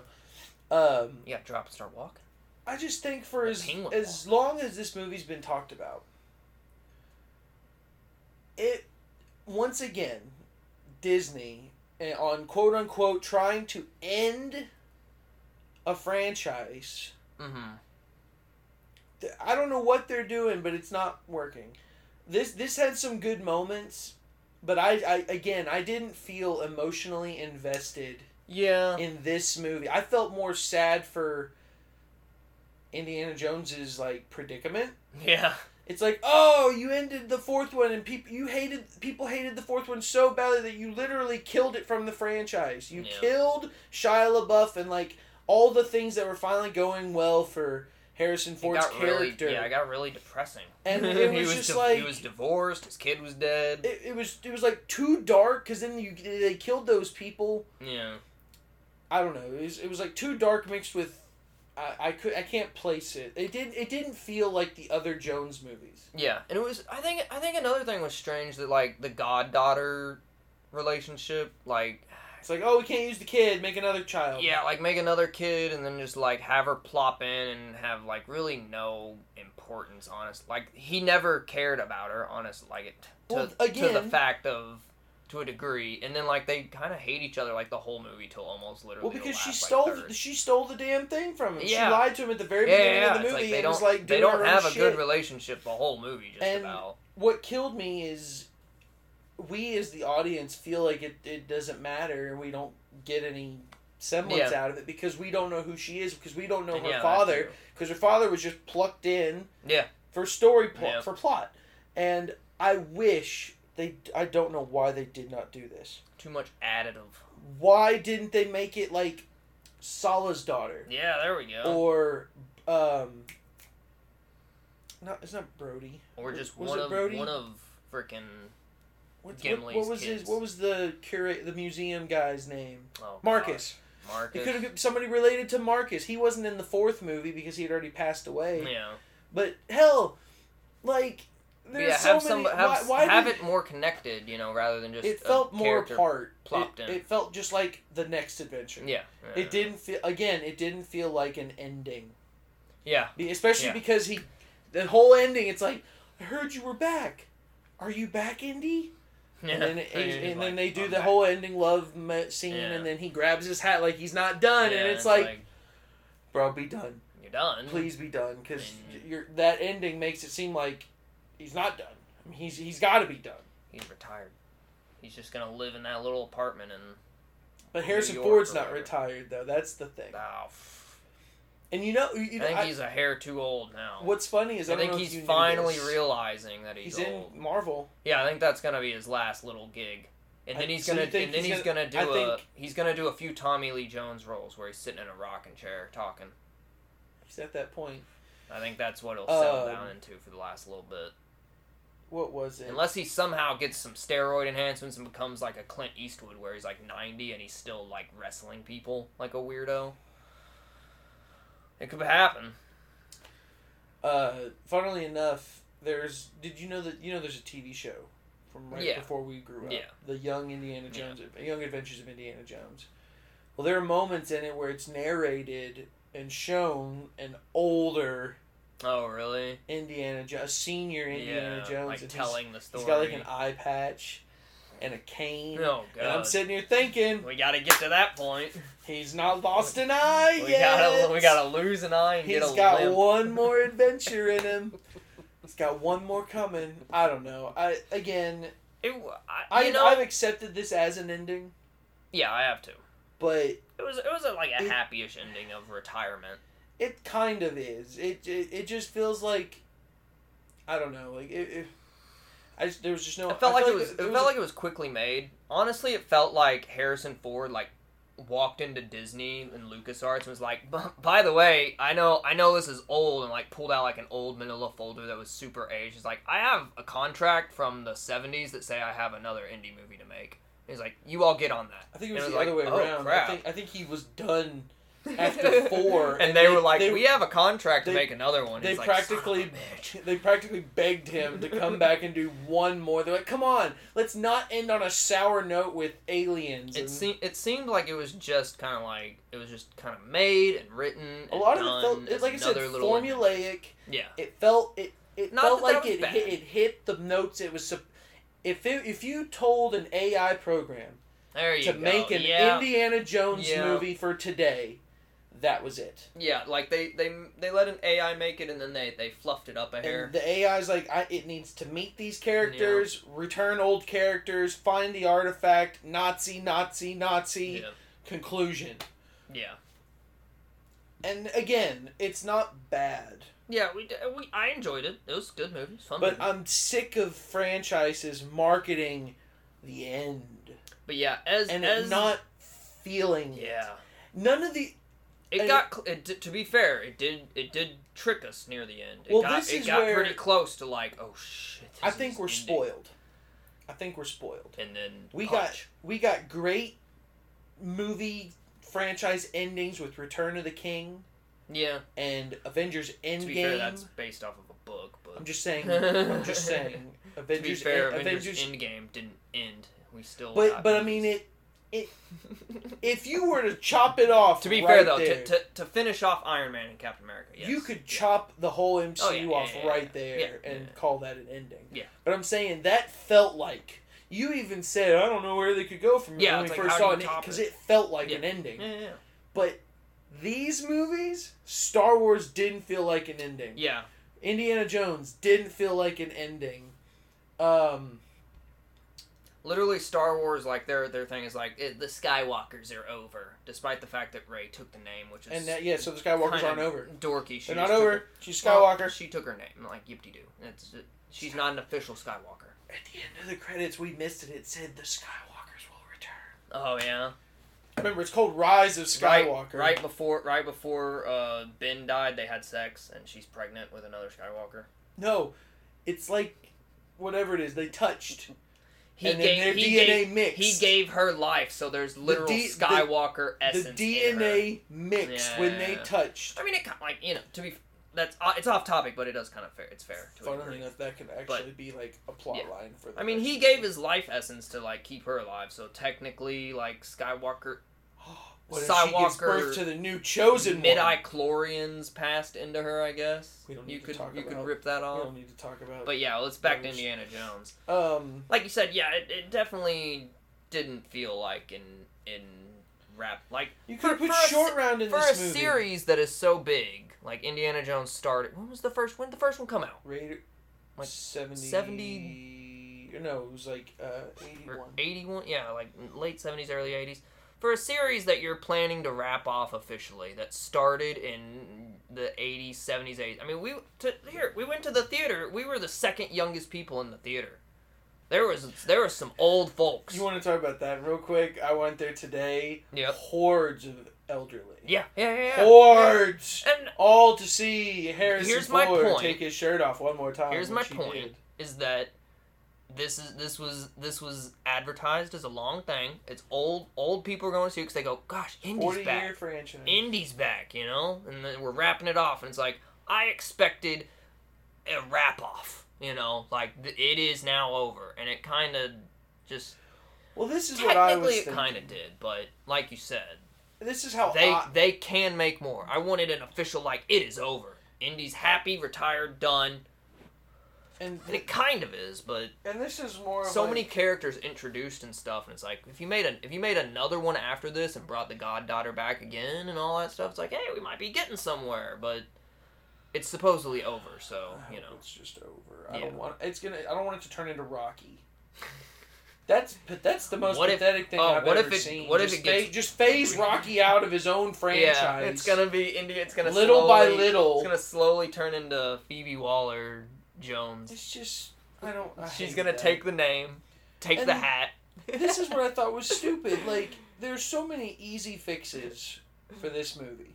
Speaker 1: Um,
Speaker 2: yeah, drop and start walking.
Speaker 1: I just think for
Speaker 2: The
Speaker 1: as
Speaker 2: penguin
Speaker 1: as long as this movie's been talked about, it once again Disney eh, on quote unquote trying to end a franchise.
Speaker 2: Mm-hmm.
Speaker 1: Th- I don't know what they're doing, but it's not working. This this had some good moments, but I, I again I didn't feel emotionally invested
Speaker 2: Yeah,
Speaker 1: in this movie. I felt more sad for Indiana Jones's like predicament.
Speaker 2: [LAUGHS] yeah.
Speaker 1: It's like, oh, you ended the fourth one, and people you hated people hated the fourth one so badly that you literally killed it from the franchise. You
Speaker 2: Yeah.
Speaker 1: killed Shia LaBeouf and like all the things that were finally going well for Harrison
Speaker 2: It
Speaker 1: Ford's
Speaker 2: got really-
Speaker 1: character.
Speaker 2: yeah, it got really depressing.
Speaker 1: And
Speaker 2: [LAUGHS]
Speaker 1: it was just like-
Speaker 2: he was divorced. His kid was dead.
Speaker 1: it, it was it was like too dark because then you they killed those people.
Speaker 2: yeah,
Speaker 1: I don't know. It was, it was like too dark mixed with. I, I could I can't place it. It did it didn't feel like the other Jones movies.
Speaker 2: yeah. And it was. I think. I think another thing was strange that like the goddaughter relationship, like
Speaker 1: It's like oh we can't use the kid, make another child.
Speaker 2: yeah, like make another kid and then just like have her plop in and have like really no importance. Honest, like he never cared about her. Honest, like it to,
Speaker 1: Well,
Speaker 2: to the
Speaker 1: again-
Speaker 2: fact of. To a degree, and then like they kind of hate each other like the whole movie till almost literally.
Speaker 1: Well,
Speaker 2: the
Speaker 1: because she
Speaker 2: last, like,
Speaker 1: stole
Speaker 2: third.
Speaker 1: she stole the damn thing from him.
Speaker 2: Yeah.
Speaker 1: She lied to him at the very
Speaker 2: yeah,
Speaker 1: beginning
Speaker 2: yeah,
Speaker 1: of the
Speaker 2: it's
Speaker 1: movie.
Speaker 2: like they
Speaker 1: and was
Speaker 2: don't
Speaker 1: like
Speaker 2: they
Speaker 1: doing
Speaker 2: don't
Speaker 1: her
Speaker 2: have
Speaker 1: own
Speaker 2: a good
Speaker 1: shit.
Speaker 2: relationship the whole movie just
Speaker 1: And-
Speaker 2: about
Speaker 1: What killed me is we as the audience feel like it, it doesn't matter and we don't get any semblance
Speaker 2: Yeah.
Speaker 1: out of it because we don't know who she is because we don't know
Speaker 2: And
Speaker 1: her
Speaker 2: yeah, that
Speaker 1: father
Speaker 2: too.
Speaker 1: because her father was just plucked in.
Speaker 2: Yeah.
Speaker 1: For story plot
Speaker 2: Yeah.
Speaker 1: for plot, and I wish they. I don't know why they did not do this.
Speaker 2: too much additive
Speaker 1: why didn't they make it like Sala's daughter
Speaker 2: Yeah, there we go.
Speaker 1: or um not it's not Brody.
Speaker 2: Or, just
Speaker 1: was
Speaker 2: one
Speaker 1: it
Speaker 2: of
Speaker 1: Brody?
Speaker 2: one of freaking
Speaker 1: What, what,
Speaker 2: Gimli's
Speaker 1: what was his
Speaker 2: kids.
Speaker 1: what was the curate the museum guy's name?
Speaker 2: oh,
Speaker 1: Marcus.
Speaker 2: God. Marcus.
Speaker 1: It could have been somebody related to Marcus. He wasn't in the fourth movie because he had already passed away.
Speaker 2: yeah.
Speaker 1: But hell, like
Speaker 2: But
Speaker 1: there's
Speaker 2: yeah,
Speaker 1: so
Speaker 2: have
Speaker 1: many.
Speaker 2: some have,
Speaker 1: why, why
Speaker 2: have
Speaker 1: did,
Speaker 2: it more connected, you know, rather than just
Speaker 1: it
Speaker 2: a
Speaker 1: felt more
Speaker 2: character.
Speaker 1: apart.
Speaker 2: plopped
Speaker 1: it,
Speaker 2: in.
Speaker 1: it felt just like the next adventure.
Speaker 2: Yeah, yeah.
Speaker 1: It didn't feel again. It didn't feel like an ending,
Speaker 2: Yeah.
Speaker 1: Be- especially
Speaker 2: Yeah.
Speaker 1: because he, the whole ending. It's like, I heard you were back. Are you back, Indy? And then,
Speaker 2: [LAUGHS]
Speaker 1: it-
Speaker 2: He's
Speaker 1: and
Speaker 2: like,
Speaker 1: then they do
Speaker 2: "I'm
Speaker 1: the
Speaker 2: back."
Speaker 1: whole ending love me- scene,
Speaker 2: Yeah.
Speaker 1: and then he grabs his hat like he's not done,
Speaker 2: Yeah,
Speaker 1: and it's, like, bro, be done.
Speaker 2: you're done.
Speaker 1: Please be done, because
Speaker 2: And-
Speaker 1: you're that ending makes it seem like he's not done. I mean, he's he's got to be done.
Speaker 2: He's retired. He's just gonna live in that little apartment and
Speaker 1: But
Speaker 2: New
Speaker 1: Harrison
Speaker 2: York
Speaker 1: Ford's
Speaker 2: or
Speaker 1: not
Speaker 2: whatever.
Speaker 1: retired though. That's the thing.
Speaker 2: oh, f-
Speaker 1: And you know, you
Speaker 2: I
Speaker 1: know
Speaker 2: think
Speaker 1: I-
Speaker 2: he's a hair too old now.
Speaker 1: what's funny is I,
Speaker 2: I
Speaker 1: don't
Speaker 2: think
Speaker 1: know if
Speaker 2: he's
Speaker 1: you knew
Speaker 2: finally
Speaker 1: this.
Speaker 2: realizing that he's,
Speaker 1: He's in
Speaker 2: old.
Speaker 1: Marvel.
Speaker 2: Yeah, I think that's gonna be his last little gig. And
Speaker 1: I-
Speaker 2: then he's
Speaker 1: so you
Speaker 2: gonna
Speaker 1: think
Speaker 2: and then
Speaker 1: he's
Speaker 2: he's,
Speaker 1: gonna-
Speaker 2: gonna,
Speaker 1: I
Speaker 2: do a
Speaker 1: think-
Speaker 2: he's gonna do a few Tommy Lee Jones roles where he's sitting in a rocking chair talking.
Speaker 1: He's at that point.
Speaker 2: I think that's what he'll settle
Speaker 1: Um,
Speaker 2: down into for the last little bit.
Speaker 1: What was it?
Speaker 2: Unless he somehow gets some steroid enhancements and becomes like a Clint Eastwood where he's like 90 and he's still like wrestling people like a weirdo. It could happen.
Speaker 1: Uh, funnily enough, there's. Did you know that you know there's a TV show from right
Speaker 2: Yeah.
Speaker 1: before we grew up.
Speaker 2: Yeah.
Speaker 1: The Young Indiana
Speaker 2: Yeah.
Speaker 1: Jones, Young Adventures of Indiana Jones. Well, there are moments in it where it's narrated and shown an older
Speaker 2: Oh, really?
Speaker 1: Indiana Jones, senior Indiana
Speaker 2: yeah,
Speaker 1: Jones,
Speaker 2: like
Speaker 1: and he's-
Speaker 2: telling the story.
Speaker 1: he's got like an eye patch and a cane.
Speaker 2: oh, God.
Speaker 1: And I'm sitting here thinking
Speaker 2: we gotta get to that point.
Speaker 1: he's not lost an eye
Speaker 2: We
Speaker 1: yet.
Speaker 2: gotta we gotta lose an eye and
Speaker 1: He's
Speaker 2: get a
Speaker 1: got
Speaker 2: limb.
Speaker 1: one more adventure in him. He's got one more coming. I don't know. I again,
Speaker 2: It, wa- I,
Speaker 1: I
Speaker 2: you know,
Speaker 1: I've accepted this as an ending,
Speaker 2: yeah, I have to.
Speaker 1: but
Speaker 2: It was it was a, like a
Speaker 1: It-
Speaker 2: happy-ish ending of retirement.
Speaker 1: it kind of is. It it, it just feels like I don't know. Like it, it I just, there was just no.
Speaker 2: It felt
Speaker 1: I
Speaker 2: like
Speaker 1: feel
Speaker 2: it was. It
Speaker 1: there
Speaker 2: felt like it was quickly made. Honestly, it felt like Harrison Ford like walked into Disney and LucasArts and was like, "B- "By the way, I know, I know this is old," and like pulled out like an old manila folder that was super aged. It's like, "I have a contract from the '70s that say I have another indie movie to make." And he's like, "You all get on that."
Speaker 1: I think it
Speaker 2: and
Speaker 1: was
Speaker 2: it was
Speaker 1: the
Speaker 2: like,
Speaker 1: other way
Speaker 2: "Oh,
Speaker 1: around.
Speaker 2: crap."
Speaker 1: I think I think he was done after four,
Speaker 2: [LAUGHS] and, they, were like,
Speaker 1: they-
Speaker 2: "We have a contract
Speaker 1: they-
Speaker 2: to make another one."
Speaker 1: they
Speaker 2: He's like,
Speaker 1: practically
Speaker 2: "Son of a
Speaker 1: [LAUGHS]
Speaker 2: bitch."
Speaker 1: they practically begged him to
Speaker 2: [LAUGHS]
Speaker 1: come back and do one more. They're like, "Come on, let's not end on a sour note with aliens."
Speaker 2: It
Speaker 1: and-
Speaker 2: seemed it seemed like it was just kind of like it was just kind of made and written.
Speaker 1: a lot of
Speaker 2: and
Speaker 1: it
Speaker 2: done
Speaker 1: felt it,
Speaker 2: as
Speaker 1: like I said
Speaker 2: another little-
Speaker 1: formulaic.
Speaker 2: Yeah,
Speaker 1: It felt it it
Speaker 2: Not
Speaker 1: felt
Speaker 2: that that
Speaker 1: like
Speaker 2: was
Speaker 1: it
Speaker 2: bad.
Speaker 1: hit, it hit the notes it was. sup- If it, if you told an AI program
Speaker 2: there you
Speaker 1: to
Speaker 2: go.
Speaker 1: make an
Speaker 2: yeah,
Speaker 1: Indiana Jones
Speaker 2: Yeah.
Speaker 1: movie for today, that was it.
Speaker 2: yeah, like they they they let an AI make it and then they they fluffed it up a hair.
Speaker 1: And the AI's like, I, it needs to meet these characters, return old characters, find the artifact, Nazi, Nazi, Nazi.
Speaker 2: yeah,
Speaker 1: conclusion.
Speaker 2: yeah,
Speaker 1: And again, it's not bad,
Speaker 2: yeah. We, d- we I enjoyed it. It was a good movie. It was a fun.
Speaker 1: but
Speaker 2: movie.
Speaker 1: I'm sick of franchises marketing the end
Speaker 2: but yeah, as
Speaker 1: and
Speaker 2: as
Speaker 1: not feeling it.
Speaker 2: yeah,
Speaker 1: None of the
Speaker 2: it
Speaker 1: and
Speaker 2: got. cl- It, did- to be fair, it did it did trick us near the end. It
Speaker 1: Well,
Speaker 2: got,
Speaker 1: this
Speaker 2: it
Speaker 1: is
Speaker 2: got
Speaker 1: where-
Speaker 2: pretty close to like oh shit.
Speaker 1: I
Speaker 2: this
Speaker 1: think
Speaker 2: is
Speaker 1: we're
Speaker 2: ending.
Speaker 1: spoiled. I think we're spoiled.
Speaker 2: And then
Speaker 1: We
Speaker 2: punch.
Speaker 1: got we got great movie franchise endings with Return of the King
Speaker 2: yeah.
Speaker 1: and Avengers Endgame.
Speaker 2: To be fair, that's based off of a book, but
Speaker 1: I'm just saying.
Speaker 2: [LAUGHS]
Speaker 1: I'm just saying.
Speaker 2: to be
Speaker 1: Avengers.
Speaker 2: fair,
Speaker 1: Avengers.
Speaker 2: Avengers, Endgame didn't end. We still.
Speaker 1: but
Speaker 2: got
Speaker 1: but I mean
Speaker 2: movies.
Speaker 1: it. if you were to chop it off
Speaker 2: [LAUGHS] to be
Speaker 1: right
Speaker 2: fair though,
Speaker 1: there,
Speaker 2: to, to, to finish off Iron Man and Captain America, yes.
Speaker 1: you could
Speaker 2: Yeah.
Speaker 1: chop the whole MCU
Speaker 2: Oh, yeah, yeah,
Speaker 1: off
Speaker 2: yeah, yeah,
Speaker 1: right
Speaker 2: yeah.
Speaker 1: there
Speaker 2: Yeah,
Speaker 1: and
Speaker 2: yeah.
Speaker 1: call that an ending.
Speaker 2: Yeah.
Speaker 1: But I'm saying that felt like you even said I don't know where they could go from here
Speaker 2: Yeah,
Speaker 1: when we
Speaker 2: it's like,
Speaker 1: first
Speaker 2: how
Speaker 1: saw
Speaker 2: do
Speaker 1: it
Speaker 2: you top
Speaker 1: because
Speaker 2: it?
Speaker 1: it felt like
Speaker 2: Yeah.
Speaker 1: an ending.
Speaker 2: Yeah, yeah, yeah.
Speaker 1: But these movies, Star Wars didn't feel like an ending.
Speaker 2: Yeah,
Speaker 1: Indiana Jones didn't feel like an ending. Um,
Speaker 2: literally Star Wars, like their their thing is like it, the Skywalkers are over, despite the fact that Ray took the name, which is
Speaker 1: and that, yeah, so the Skywalkers
Speaker 2: kinda
Speaker 1: aren't over.
Speaker 2: Dorky, she
Speaker 1: They're not
Speaker 2: just took
Speaker 1: over.
Speaker 2: her-
Speaker 1: She's
Speaker 2: Well,
Speaker 1: Skywalker.
Speaker 2: she took her name, like yippty doo. It's she's not an official Skywalker.
Speaker 1: At the end of the credits, we missed it. It said the Skywalkers will return.
Speaker 2: Oh yeah,
Speaker 1: Remember, it's called Rise of
Speaker 2: Right,
Speaker 1: Skywalker.
Speaker 2: right before right before uh, Ben died, they had sex, and she's pregnant with another Skywalker.
Speaker 1: No, it's like whatever it is they touched.
Speaker 2: He
Speaker 1: And then
Speaker 2: gave
Speaker 1: their
Speaker 2: he
Speaker 1: DNA
Speaker 2: gave,
Speaker 1: mixed.
Speaker 2: He gave her life, so there's literal
Speaker 1: D- the-
Speaker 2: Skywalker essence.
Speaker 1: the
Speaker 2: in her.
Speaker 1: DNA mixed when they
Speaker 2: Yeah.
Speaker 1: touched.
Speaker 2: I mean, it kind of, like you know to be that's uh, it's off topic, but it does kind of fair. It's fair. To a
Speaker 1: Funny
Speaker 2: degree.
Speaker 1: enough, that could actually be like a plot
Speaker 2: Yeah.
Speaker 1: line for. The
Speaker 2: I mean,
Speaker 1: rest
Speaker 2: he
Speaker 1: of
Speaker 2: gave
Speaker 1: it.
Speaker 2: his life essence to like keep her alive, so technically, like Skywalker
Speaker 1: What if she gives birth
Speaker 2: Skywalker-
Speaker 1: to the new chosen
Speaker 2: midi
Speaker 1: one?
Speaker 2: chlorians passed into her. I guess
Speaker 1: We don't
Speaker 2: you
Speaker 1: need to
Speaker 2: could
Speaker 1: talk
Speaker 2: you could
Speaker 1: about-
Speaker 2: rip that
Speaker 1: We
Speaker 2: off.
Speaker 1: don't need to talk about.
Speaker 2: But yeah, let's back to
Speaker 1: Yeah, we should-
Speaker 2: Indiana Jones.
Speaker 1: um,
Speaker 2: Like you said, yeah, it, it definitely didn't feel like in in rap like
Speaker 1: you
Speaker 2: For-
Speaker 1: could put
Speaker 2: for a
Speaker 1: short
Speaker 2: se-
Speaker 1: round in
Speaker 2: for a
Speaker 1: this movie.
Speaker 2: series that is so big. Like Indiana Jones started. When was the first? When did the first one come out?
Speaker 1: Rated
Speaker 2: Like,
Speaker 1: 70,
Speaker 2: 70
Speaker 1: No, it was like uh, eighty-one.
Speaker 2: Eighty one? Yeah, like late seventies, early eighties. For a series that you're planning to wrap off officially, that started in the eighties, seventies, eighties. I mean, we to, here we went to the theater. We were the second youngest people in the theater. There was there was some old folks.
Speaker 1: You want to talk about that real quick? I went there today.
Speaker 2: Yep.
Speaker 1: Hordes of elderly.
Speaker 2: Yeah, yeah, yeah. yeah.
Speaker 1: Hordes.
Speaker 2: And
Speaker 1: All to see Harrison
Speaker 2: Here's my
Speaker 1: Ford
Speaker 2: point.
Speaker 1: take his shirt off one more time.
Speaker 2: Here's my
Speaker 1: which he
Speaker 2: point.
Speaker 1: did.
Speaker 2: is that this is this was this was advertised as a long thing. It's old old people are going to see because they go, gosh, Indy's
Speaker 1: Forty
Speaker 2: back,
Speaker 1: year franchise.
Speaker 2: Indy's back, you know, and then we're wrapping it off, and it's like I expected a wrap off, you know, like th- it is now over, and it kind of just
Speaker 1: well, this is what I was
Speaker 2: technically it
Speaker 1: thinking.
Speaker 2: kind of did, but like you said,
Speaker 1: This is how
Speaker 2: they
Speaker 1: I,
Speaker 2: they can make more. I wanted an official like it is over. Indy's happy, retired, done,
Speaker 1: and
Speaker 2: and it kind of is, but
Speaker 1: and this is more of
Speaker 2: so
Speaker 1: like-
Speaker 2: many characters introduced and stuff, and it's like if you made a if you made another one after this and brought the goddaughter back again and all that stuff, it's like hey, we might be getting somewhere, but it's supposedly over, so
Speaker 1: I
Speaker 2: you
Speaker 1: hope
Speaker 2: know.
Speaker 1: it's just over. I
Speaker 2: Yeah.
Speaker 1: don't want it's gonna. I don't want it to turn into Rocky. That's but that's the most
Speaker 2: What if-
Speaker 1: pathetic thing
Speaker 2: oh,
Speaker 1: I've
Speaker 2: what
Speaker 1: ever
Speaker 2: if it-
Speaker 1: seen.
Speaker 2: what if
Speaker 1: just
Speaker 2: it gets-
Speaker 1: fa- just phase
Speaker 2: [LAUGHS]
Speaker 1: Rocky out of his own franchise?
Speaker 2: Yeah, it's gonna be India. It's gonna
Speaker 1: little by
Speaker 2: slowly-
Speaker 1: little.
Speaker 2: It's gonna slowly turn into Phoebe Waller Jones.
Speaker 1: It's just I don't. I
Speaker 2: She's
Speaker 1: hate
Speaker 2: gonna
Speaker 1: that.
Speaker 2: take the name, take
Speaker 1: And
Speaker 2: the hat.
Speaker 1: [LAUGHS] This is what I thought was stupid. Like there's so many easy fixes for this movie.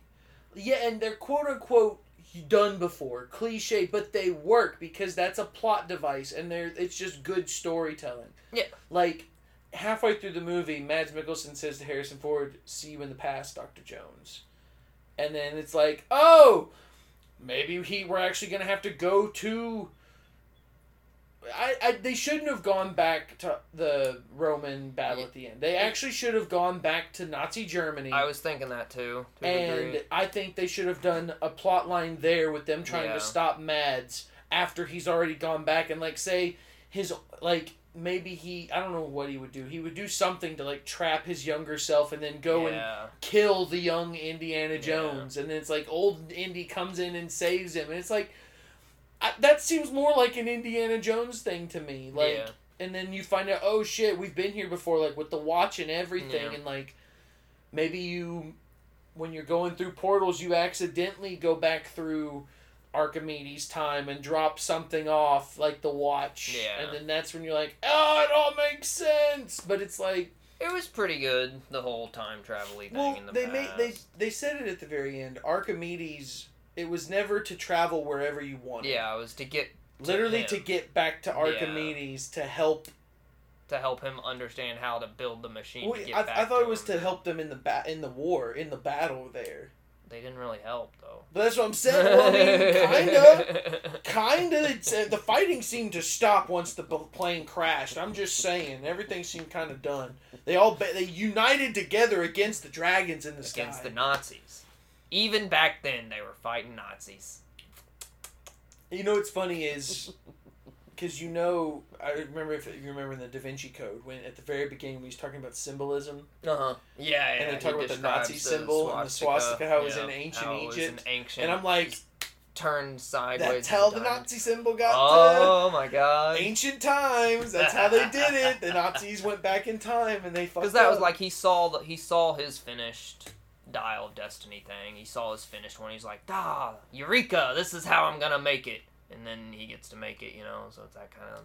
Speaker 1: Yeah, and they're quote unquote done before cliche, but they work because that's a plot device, and they're it's just good storytelling.
Speaker 2: Yeah.
Speaker 1: like. Halfway through the movie, Mads Mikkelsen says to Harrison Ford, "See you in the past, Doctor Jones," and then it's like, "Oh, maybe he we're actually gonna have to go to I, I they shouldn't have gone back to the Roman battle at the end. They actually should have gone back to Nazi Germany.
Speaker 2: [LAUGHS] I was thinking that too. To a
Speaker 1: and
Speaker 2: degree.
Speaker 1: I think they should have done a plot line there with them trying
Speaker 2: Yeah.
Speaker 1: to stop Mads after he's already gone back and like say his like maybe he I don't know what he would do. He would do something to like trap his younger self and then go and
Speaker 2: yeah.
Speaker 1: kill the young Indiana
Speaker 2: Yeah.
Speaker 1: Jones, and then it's like old Indy comes in and saves him, and it's like I, that seems more like an Indiana Jones thing to me. Like,
Speaker 2: Yeah.
Speaker 1: and then you find out, oh shit, we've been here before, like with the watch and everything,
Speaker 2: Yeah.
Speaker 1: and like maybe you, when you're going through portals, you accidentally go back through. Archimedes time and drop something off like the watch,
Speaker 2: Yeah.
Speaker 1: and then that's when you're like, "Oh, it all makes sense." But it's like,
Speaker 2: It was pretty good the whole time traveling thing
Speaker 1: well,
Speaker 2: in the
Speaker 1: they
Speaker 2: past.
Speaker 1: made they they said it at the very end. Archimedes. It was never to travel wherever you wanted.
Speaker 2: Yeah, it was to get
Speaker 1: Literally
Speaker 2: him.
Speaker 1: to get back to Archimedes to help.
Speaker 2: to help him understand how to build the machine. to
Speaker 1: Wait,
Speaker 2: get
Speaker 1: I,
Speaker 2: back
Speaker 1: I thought it was
Speaker 2: him.
Speaker 1: to help them in the ba- in the war in the battle there.
Speaker 2: They didn't really help though.
Speaker 1: But that's what I'm saying. Well,
Speaker 2: [LAUGHS]
Speaker 1: I mean, kinda, kinda. It's, uh, the fighting seemed to stop once the b- plane crashed. I'm just saying everything seemed kind of done. They all ba- they united together against the dragons in the sky.
Speaker 2: against the Nazis. Even back then, they were fighting Nazis.
Speaker 1: You know what's funny is because you know I remember if you remember in the Da Vinci Code when at the very beginning when he's talking about symbolism
Speaker 2: Uh huh. Yeah, yeah.
Speaker 1: And they
Speaker 2: he
Speaker 1: talk about the
Speaker 2: describes
Speaker 1: Nazi symbol and the swastika, how it was in ancient
Speaker 2: how it was
Speaker 1: Egypt.
Speaker 2: in ancient,
Speaker 1: and I'm like
Speaker 2: turned sideways.
Speaker 1: that's
Speaker 2: and
Speaker 1: how the
Speaker 2: done.
Speaker 1: Nazi symbol got
Speaker 2: Oh my god.
Speaker 1: to ancient times that's how they did it the Nazis went back in time and they fucked
Speaker 2: Because that was
Speaker 1: up.
Speaker 2: like he saw the, he saw his finished Dial of Destiny thing. He saw his finished one. He's like, ah, Eureka! This is how I'm gonna make it. And then he gets to make it, you know. So it's that kind of